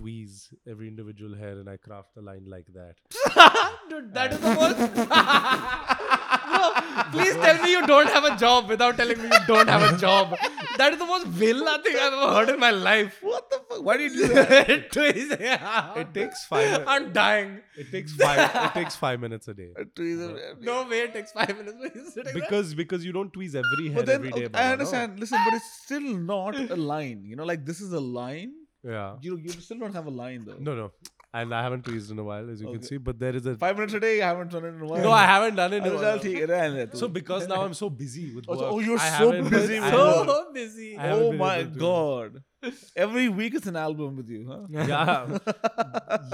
C: tweeze every individual hair and I craft a line like that.
B: dude that is the most Bro, please tell me you don't have a job without telling me you don't have a job that is the most villa thing I've ever heard in my life
A: what the fuck why do you do that
B: it
C: It takes five. mi-
B: I'm dying
C: it takes five. It takes five minutes a day
B: no way it takes five minutes but he's sitting there.
C: because because you don't tweeze every hair
A: but then
C: every day.
A: okay,
C: Baba,
A: I
C: no?
A: understand listen but it's still not a line you know like this is a line
C: Yeah.
A: you you still don't have a line though
C: No, no. And I haven't tweezed in a while, as you can
A: Okay.
C: see. But there is a.
A: five minutes a day I haven't done it in a while
C: No, I haven't done it. In a
A: अच्छा,
C: while.
A: चल ठीक है रहने दे तू.
C: So because now I'm so busy with
A: Oh,
C: work.
A: so- oh, you're
C: I
A: so
C: haven't-
A: busy
C: I
A: with work.
C: haven't-
B: so busy
C: I haven't
A: oh
C: been
A: my
C: able to.
A: god every week it's an album with you huh
C: Yeah.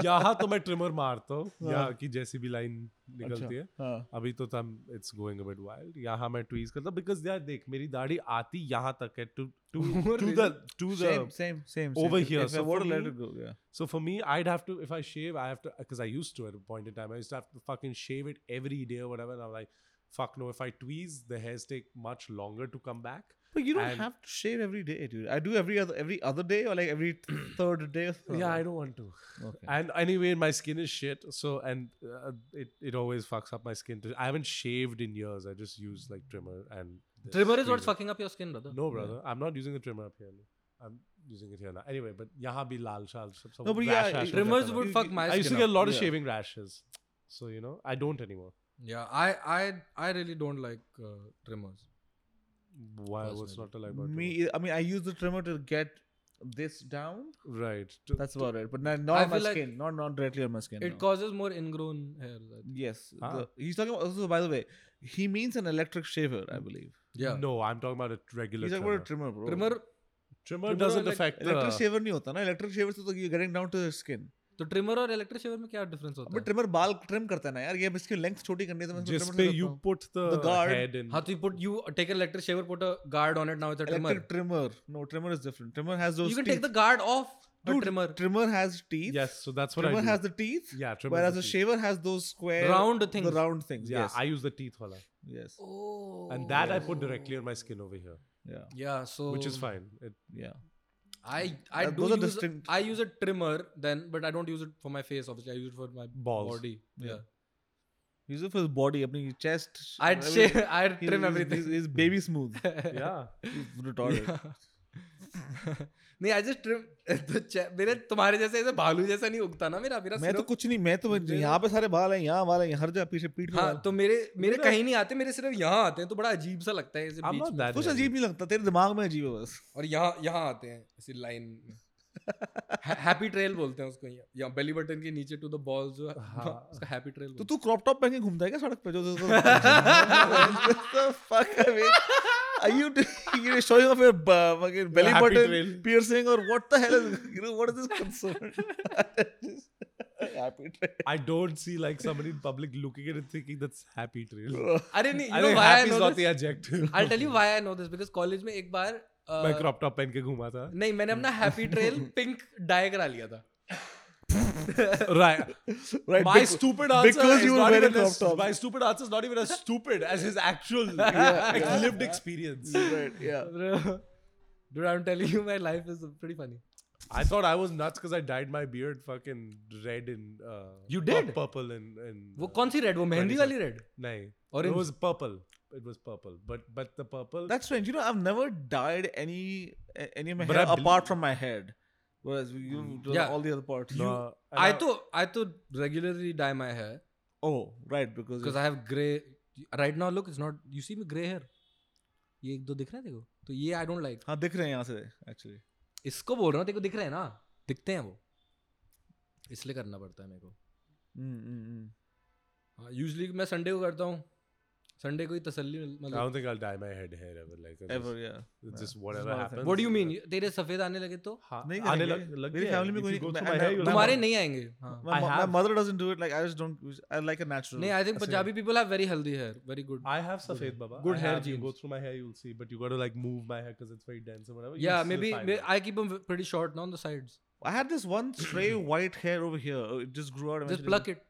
C: यहाँ तो मैं ट्रिमर मारता हूँ यहाँ की जैसी भी लाइन निकलती है
A: हाँ
C: अभी तो तम it's going a bit wild यहाँ मैं ट्वीज करता because यार देख मेरी दाढ़ी आती यहाँ तक है to to to the to the
A: same, same, same.
C: over
A: same.
C: here.
A: If I
C: So
A: were
C: for
A: to let
C: me-
A: it go, yeah.
C: so for me I'd have to if I shave I have to because I used to at a point in time I used to have to fucking shave it every day or whatever and I'm like fuck no if I tweeze the hairs take much longer to come back
A: But you don't
C: and-
A: have to shave every day, dude. I do every other every other day or like every third day. Or
B: Oh,
A: something.
C: yeah I don't want to
A: Okay.
C: and anyway my skin is shit so and uh, it it always fucks up my skin to, I haven't shaved in years I just use like trimmer and this
B: trimmer is what's
C: tweezer.
B: fucking up your skin brother
C: no brother I'm not using the trimmer up here I'm using it here now. Anyway, but yaha bhi lal shal. sab- sab-
A: No, but
C: rash,
A: yeah,
C: rash ho
B: Trimmers
C: jata tha.
B: would
A: You-
B: fuck
A: you-
B: my
C: I used to
B: skin
C: get a
B: up.
C: lot of
A: Yeah.
C: shaving rashes. So, you know, I don't anymore.
B: Yeah, I I I really don't like uh, trimmers.
C: Why? What's not to like about
A: Me,
C: trimmers?
A: ei- I mean, I use the trimmer to get this down.
C: Right. To-
A: That's about it. But not, not
B: I
A: on my
B: feel like
A: skin. Not not directly on my skin.
B: It
A: no.
B: causes more ingrown hair. I think.
A: yes.
C: Ah.
A: the- he's talking about. Also, by the way, he means an electric shaver, I believe.
B: Yeah,
C: No, I'm talking about a regular
A: He's talking
C: trimmer.
A: about a trimmer, bro.
B: trimmer.
C: trimmer,
B: trimmer
C: doesn't
B: or elec-
C: affect the-
A: electric shaver नहीं होता ना इलेक्ट्रिक शेवर से तो you getting down to skin
B: तो ट्रिमर और इलेक्ट्रिक शेवर में क्या डिफरेंस होता
A: बट
B: है?
A: ट्रिमर बाल ट्रिम करता है ना यार ये अब इसकी लेंथ छोटी करनी है तो मैं
C: जिस पे you put the
A: The guard.
C: Head in
B: हाँ तो you put you take an electric shaver, put a guard on it. Now it's a trimmer.
A: Electric trimmer no trimmer is different trimmer has
B: You
A: those
B: can take the guard off. a
A: Dude,
B: trimmer.
A: trimmer has teeth
C: yes so that's what i
A: trimmer
C: do
A: has the teeth
C: yeah trimmer
A: whereas a shaver has those square
B: Round
A: the
B: things.
A: round things
C: yeah
A: yes
C: i use the teeth wala
A: yes
B: Oh.
C: and that i put directly on my skin over here
A: yeah
B: Yeah, so
C: which is fine it,
A: yeah
B: I I
A: That-
B: do
A: those are
B: use
A: distinct.
B: I use a trimmer then, but I don't use it for my face. Obviously, I use it for my
C: Balls.
B: body.
A: Yeah.
B: Yeah,
A: he's for his body अपनी chest
B: I'd
A: everything.
B: shave, I'd
A: He's-
B: trim
A: he's-
B: everything.
A: he's, he's baby smooth
C: yeah
A: he's retarded
B: Yeah. नहीं आई जस्ट ट्रिम तो चे- मेरे तुम्हारे जैसे ऐसे भालू जैसा नहीं उगता ना मेरा मेरा
A: मैं तो
B: सिर्फ-
A: कुछ नहीं मैं तो यहाँ पे सारे बाल हैं यहाँ बाल हैं हर जगह पीछे पीठ पे
B: हाँ
A: बाल
B: तो मेरे मेरे
C: मेरा-
B: कहीं नहीं आते मेरे सिर्फ यहाँ आते हैं तो बड़ा अजीब सा लगता है ऐसे
C: i'm
B: बीच
C: not
B: में।
C: that
A: कुछ
C: heavy.
A: अजीब नहीं लगता तेरे दिमाग में अजीब है बस
B: और यहाँ यहाँ आते हैं ऐसी लाइन हैप्पी ट्रेल बोलते हैं उसको यहाँ- यहाँ बेली बटन के नीचे टू द बॉल जो है,
C: हाँ।
B: उसको हैप्पी ट्रेल
A: तो
B: बोलते
A: तू क्रॉप टॉप पहन के घूमता है क्या सड़क पे जो जो- जो fuck Are you you showing off your uh, fucking belly
C: happy
A: button
C: trail.
A: piercing or what the hell is you know what is this concern? happy trail.
C: i don't see like somebody in public looking at it thinking that's happy trail
B: हैं। अरे नहीं
C: i
B: you know
C: think
B: why I
C: happy's
B: know
C: not
B: this?
C: the adjective
B: I'll tell you why I know this because college में एक बार uh,
C: मैं क्रॉप टॉप पहन के घूमा था
B: नहीं मैंने अपना हैप्पी ट्रेल पिंक डाई करा लिया था
C: right
A: Right,
C: my
A: bec-
C: stupid answer
A: because
C: is
A: you were
C: not
A: wearing
C: even as,
A: crop top.
C: my stupid answer is not even as stupid as his actual like, lived experience
A: Right, yeah.
B: Bro, dude, I'm telling you, my life is pretty funny.
C: I thought I was nuts because I dyed my beard fucking red and uh,
B: You
C: pur-
B: did?
C: purple and and
B: वो कौन सी रेड वो मेहंदी वाली red
C: nahi.
B: Orange.
C: It was purple. It was purple, but but the purple.
A: That's strange. You know, I've never dyed any a- any of my
C: But
A: hair
C: I Mm,
A: apart from my head. Whereas you do
B: Yeah.
A: all the other parts.
C: No,
A: You-
C: and
B: I तो I तो regularly dye my hair
A: oh, right, because
B: because I have grey. Right now, look, it's not. You see me grey hair. ये एक दो दिख रहे हैं देखो तो ये आई डोंट लाइक
A: हाँ दिख रहे हैं यहाँ से actually.
B: इसको बोल रहा हूँ देखो दिख रहे हैं ना दिखते हैं वो इसलिए करना पड़ता है मेरे को
A: Mm, mm, mm.
B: हाँ यूजली मैं संडे को करता हूँ संडे को ही तसल्ली मिल-
C: I don't
B: मतलब
C: think I'll dye my head hair ever. Like I
A: Ever,
C: Just,
A: yeah.
C: it's just
A: This
C: whatever
A: is not a
C: happens.
A: thing.
B: What do you mean तेरे सफेद आने लगे तो
C: हाँ,
A: नहीं
C: आने
A: करेंगे।
C: लग लग
A: मेरी
C: गया है.
A: family में
C: If
A: कोई
C: you
A: नहीं-
C: go
A: मैं-
C: through my
A: मैं-
C: hair, you'll have
B: तुम्हारे
C: one.
B: नहीं आएंगे हाँ
A: My,
C: I
A: mo- my
C: have-
A: mother doesn't do it. Like I just don't. I like a natural.
B: नहीं I think Punjabi people have very healthy hair very good
C: I have safed baba.
B: Good
C: I
B: hair
C: have, You go
B: genes.
C: through my hair, you'll see. But you got to like move my hair because it's very dense and whatever.
B: yeah
C: you'll still
B: maybe
C: find
B: may-
C: it.
B: i keep them pretty short now on the sides
A: I had this one stray white hair over here. Uh, It just grew out.
B: just
A: eventually.
B: pluck it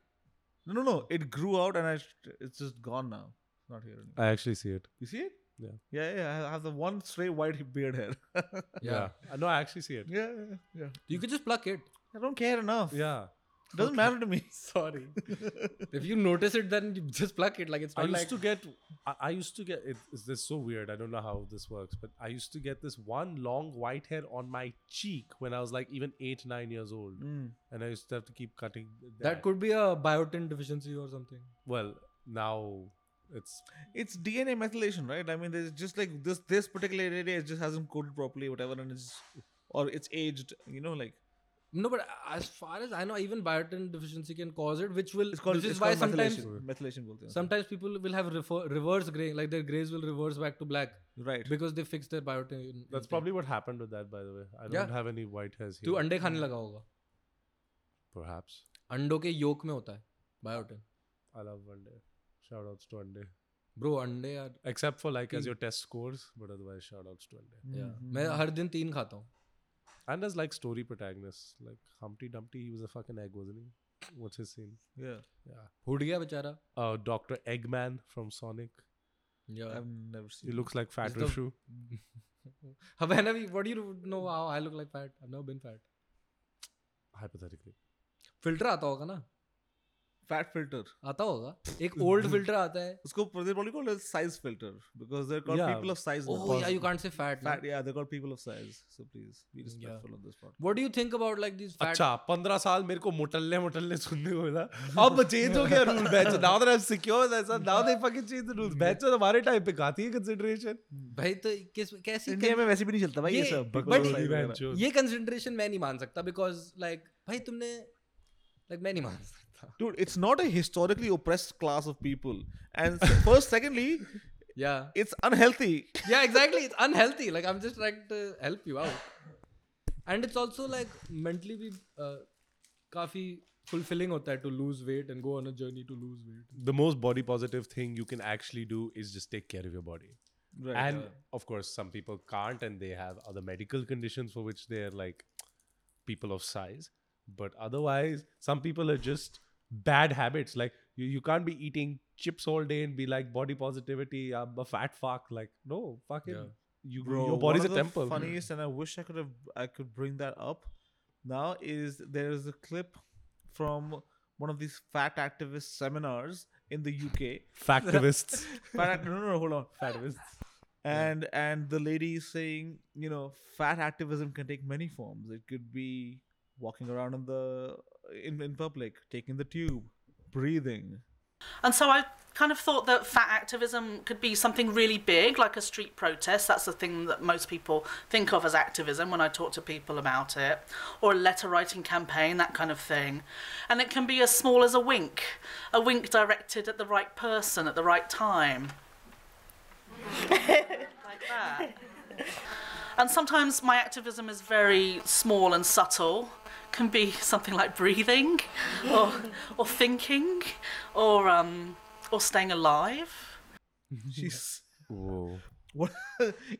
A: No, no, no. It grew out, and I. sh- It's just gone now. It's not here anymore.
C: I actually see it.
A: You see it?
C: Yeah.
A: Yeah, yeah. I have the one stray white beard hair.
B: yeah.
C: Uh, No, I actually see it.
A: yeah, yeah, yeah.
B: you could just pluck it
A: I don't care enough.
C: Yeah.
A: It doesn't matter to me.
B: sorry if you notice it then you just pluck it like it's
C: I
B: not
C: used
B: like
C: to get, I, I used to get. It, it's this so weird. I don't know how this works, but I used to get this one long white hair on my cheek when I was like even eight, nine years old,
A: Mm.
C: and I used to have to keep cutting.
B: that could be a biotin deficiency or something
C: Well, now it's
A: It's DNA methylation, right? I mean, there's just like this. This particular area just hasn't coated properly, whatever, and it's or it's aged. You know, like
B: no but as far as i know even biotin deficiency can cause it which will
A: it's called.
B: which
A: it's
B: is why
A: called
B: sometimes
A: methylation. Methylation, बोलते हैं।
B: sometimes people will have refer- reverse gray like their grays will reverse back to black
A: right.
B: because they fix their biotin
C: that's
B: intake.
C: probably what happened with that. By the way, I don't
B: Yeah.
C: have any white hairs
B: तू
C: here.
B: तो अंडे खाने लगा होगा
C: Perhaps
B: अंडों के योक में होता है biotin
C: I love Vande. Shout outs to Vande.
B: Bro अंडे यार
C: Except for like as
B: Teen.
C: your test scores, but otherwise shout outs to Vande.
B: Yeah.
A: Mhm.
B: मैं हर दिन तीन खाता हूँ
C: And as like story protagonists, like Humpty Dumpty, he was a fucking egg, wasn't he? What's his scene?
A: Yeah.
C: Yeah.
B: फूट गया बेचारा
C: uh, Doctor Eggman from Sonic.
B: Yeah.
A: I've never seen.
C: He looks like Fat
B: Hmm. He's the-
C: Rishu.
B: Havana, what do you know how I look like fat? I've never been fat.
C: Hypothetically,
B: Filter आता होगा ना
A: fat filter.
B: आता होगा एक ओल्ड
C: Hmm.
B: फिल्टर आता है
A: Usko, they probably call it size filter because they're called
C: Yeah.
A: people of size. now.
B: oh yeah you can't say
A: Fat,
B: fat, fat
A: yeah, they're called people of size. So please be respectful on this part.
B: what do you think about like these fat
C: अच्छा पंद्रह साल मेरे को मोटल्ले मोटल्ले सुनने को मिला अब चेंज हो गया rule batch now that I am secure that's now they fucking change the
B: Hmm.
C: Rule batch हमारे टाइम पे आती है कंसीडरेशन
B: भाई तो किस कैसे
A: इंडिया
B: con-
A: में वैसे भी नहीं चलता भाई ये
B: ये-
A: सब
B: but-
A: बकवास size वगैरह।
B: ये कंसिडरेशन मैं नहीं मान सकता बिकॉज लाइक भाई तुमने लाइक मैं नहीं मान सकता
A: Dude, it's not a historically oppressed class of people. And s- first, secondly,
B: या
A: it's unhealthy.
B: या exactly it's unhealthy like I am just trying to help you out and it's also like mentally भी uh, काफी फुलफिलिंग होता है to lose weight and go on a journey to lose weight
C: the most body positive thing you can actually do is just take care of your body. and of course, some people can't and they have other medical conditions for which they're like people of size. But otherwise, some people are just bad habits. Like you, you can't be eating chips all day and be like body positivity, I'm a fat fuck. Like, no, fucking
B: Yeah.
C: you
A: Bro,
C: your
A: one
C: body's a
A: of the
C: temple.
A: Funniest, and I wish I could have I could bring that up. Now is there is a clip from one of these fat activist seminars in the UK.
C: Factivists.
A: Fat, act- no, no, no, hold on.
C: Factivists.
A: And and the lady is saying, you know, fat activism can take many forms. It could be walking around in the in, in public, taking the tube, breathing.
D: And so I kind of thought that fat activism could be something really big, like a street protest. That's the thing that most people think of as activism when I talk to people about it, or a letter writing campaign, that kind of thing. And it can be as small as a wink, a wink directed at the right person at the right time. like that. And sometimes my activism is very small and subtle. Can be something like breathing, or or thinking, or um, or staying alive.
A: She's
C: Whoa.
A: what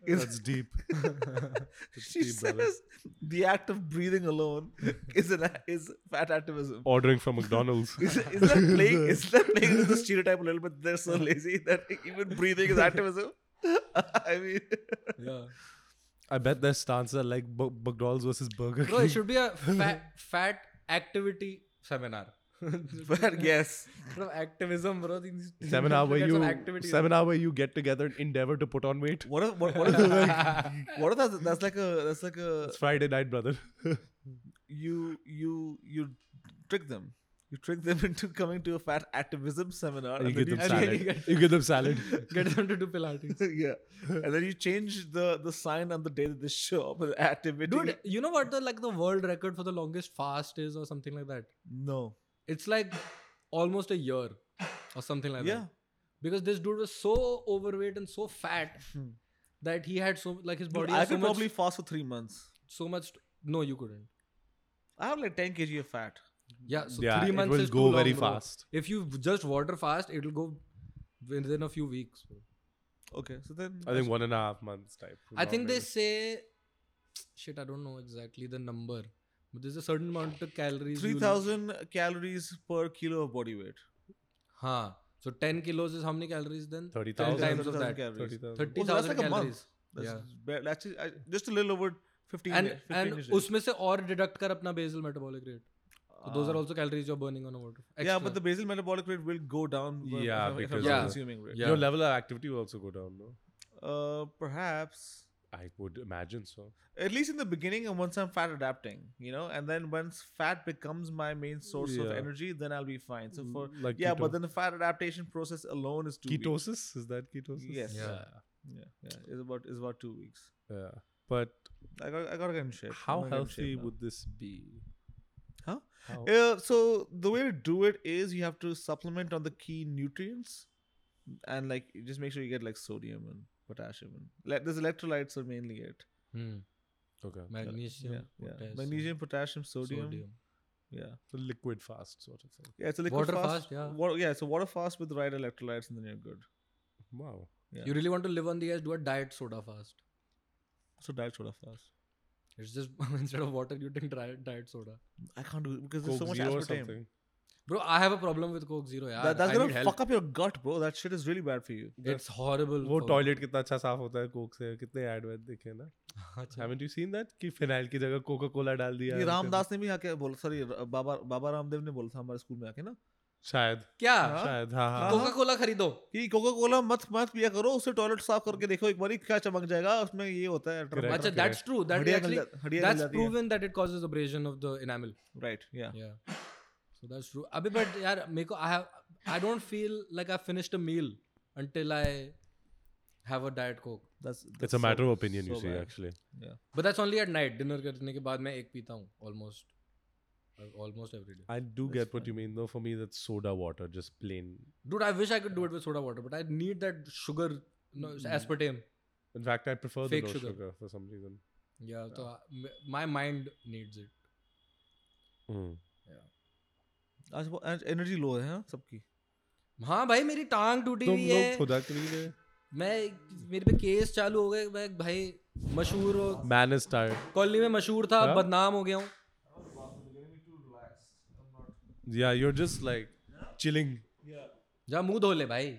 A: is
C: That's deep.
A: she
C: deep, brother.
A: says the act of breathing alone is an a- is fat activism.
C: Ordering from McDonald's.
A: Is, is that playing? Is that playing with the stereotype a little bit? They're so lazy that even breathing is activism. I mean,
B: या
C: I bet their stance are like Bu- McDonald's versus Burger King.
B: No it should be a fat activity seminar
A: but yes,
B: activism bro these
C: seminar where
B: get some
C: you
B: activities.
C: seminar where you get together and endeavor to put on weight.
A: what if what, what if what if that's, that's like a that's like a
C: It's Friday night, brother.
A: you you you trick them. You trick them into coming to a fat activism seminar.
C: you
A: and
C: give
A: then
C: them
A: you-
B: then you
C: salad.
B: get-
C: You give them salad.
B: get them to do pilates
A: yeah, and then you change the the sign on the day that they show up. and Activity.
B: dude you know what the like the world record for the longest fast is or something like that
A: no.
B: it's like almost a year or something like
A: Yeah.
B: that because this dude was so overweight and so fat
A: Hmm.
B: that he had so like his
A: Dude,
B: body
A: I
B: has so
A: could
B: much,
A: probably fast for three months.
B: so much no you couldn't
A: I have like 10 kg of fat.
B: yeah so
C: yeah,
B: three
C: it
B: months
C: will
B: is
C: go
B: too long,
C: very
B: bro.
C: fast.
B: if you just water fast it'll go within a few weeks bro.
A: Okay, so then
C: I think one and a half months type.
B: I think they
C: this.
B: say shit. I don't know exactly the number, but there's a certain amount of calories. you lose.
A: 3000 calories per kilo of body weight.
B: Huh. So 10 kilos is how many calories then?
C: 30,000.
B: 10 times of
A: 30,000
B: that.
A: calories.
C: 30,000.
A: Oh, so that's
B: 30,000
A: like a month.
B: calories.
A: That's
B: Yeah.
A: ba- that's just, I- just a little over 15
B: And
A: days, 15
B: and
A: days.
B: उसमें से और डिडक्ट कर अपना basal metabolic rate. So तो those
A: Ah.
B: are also calories you're burning on a water.
A: yeah, but the
B: Extra.
A: basal metabolic rate will go down. when-
C: Yeah,
A: if I'm- if I'm
C: because
A: not
B: of the-
A: consuming rate.
B: Yeah.
C: Your level of activity will also go down, no?
A: Uh, perhaps
C: I would imagine so.
A: at least in the beginning, and once I'm fat adapting, you know, and then once fat becomes my main source of
C: Yeah.
A: energy, then I'll be fine. So for
C: Mm, like
A: yeah, but
C: keto-
A: then the fat adaptation process alone is two weeks.
C: ketosis is that ketosis?
A: Yes.
C: Yeah.
B: Yeah.
A: Yeah, yeah, it's about it's about two weeks.
C: Yeah. But
A: I got I gotta get in shape. I'm
C: how
A: gonna get in shape
C: healthy
A: now.
C: would this be?
A: Huh?
C: How-
A: Yeah, so the way to do it is you have to supplement on the key nutrients, and like you just make sure you get like sodium and potassium and like there's electrolytes are mainly it.
B: Hmm.
C: Okay.
B: magnesium,
A: yeah, yeah.
B: potassium,
A: Magnesium, potassium, sodium.
B: sodium.
A: Yeah,
C: The liquid fast sort of thing.
A: yeah. It's a liquid
B: Water
A: fast.
B: fast, yeah.
A: Water, yeah, it's a water fast with the right electrolytes, and then you're good.
C: Wow.
A: Yeah.
B: You really want to live on the edge? Do a diet soda fast.
A: So diet soda fast.
B: It's just instead of water, you drink diet, diet soda.
A: I can't do it because there's
C: Coke
A: so much
C: Zero or
A: aspartame.
C: something.
B: Bro, I have a problem with Coke Zero. Yeah,
A: That, that's
B: I
A: gonna
B: need help.
A: fuck up your gut, bro. That shit is really bad for you.
B: It's horrible.
C: वो
B: for-
C: टॉयलेट कितना अच्छा साफ होता है कोक से कितने एड वेड दिखे ना
B: अच्छा।
C: haven't you seen that कि फिनाइल की जगह कोका कोला डाल दिया
A: ये
C: है,
A: रामदास ने भी आके बोला सॉरी बाबा बाबा रामदेव ने बोला था हमारे स्कूल में आके ना
C: शायद
B: क्या
C: शायद हाँ
A: Uh-huh.
C: हाँ
B: कोका कोला खरीदो
A: कि कोका कोला मत मत पिया करो उससे टॉयलेट साफ करके देखो एक बार क्या चमक जाएगा उसमें ये होता है
C: Correct.
B: अच्छा दैट्स ट्रू दैट
A: हड्डियाँ गल
B: actually
A: जा- हड्डियाँ गल
B: that's
A: जाती हैं।
B: proven that it causes abrasion of the enamel
A: right या
B: yeah so that's true abhi but yaar meko i have i don't feel like i finished a meal until i have a diet coke
A: that's
C: It's a matter of opinion, you
A: so
C: see,
A: bad.
C: actually.
B: but that's only at night dinner karne ke baad main ek peeta hu almost uh, almost every day
C: I do
A: That's
C: get what you mean, though. For me, that's soda water, just plain.
B: dude i wish i could do it with soda water but i need that sugar no,
C: Mm-hmm.
B: aspartame
C: In fact, I prefer
B: Fake
C: the no
B: sugar.
C: sugar. for some reason.
B: yeah so I- my mind needs it
C: Mm.
A: आज वो- आज एनर्जी लो है हाँ, सबकी
B: हाँ भाई मेरी टांग टूटी
C: तुम
B: हुई
C: लोग
B: है
C: खुदा के लिए-
B: मैं मेरे पे केस चालू हो गए मैं भाई मशहूर हो
C: Man is tired.
B: कॉलोनी में मशहूर था
C: हाँ?
B: बदनाम हो गया हूँ
C: Yeah, you're just like chilling.
B: जा मुंह धो ले भाई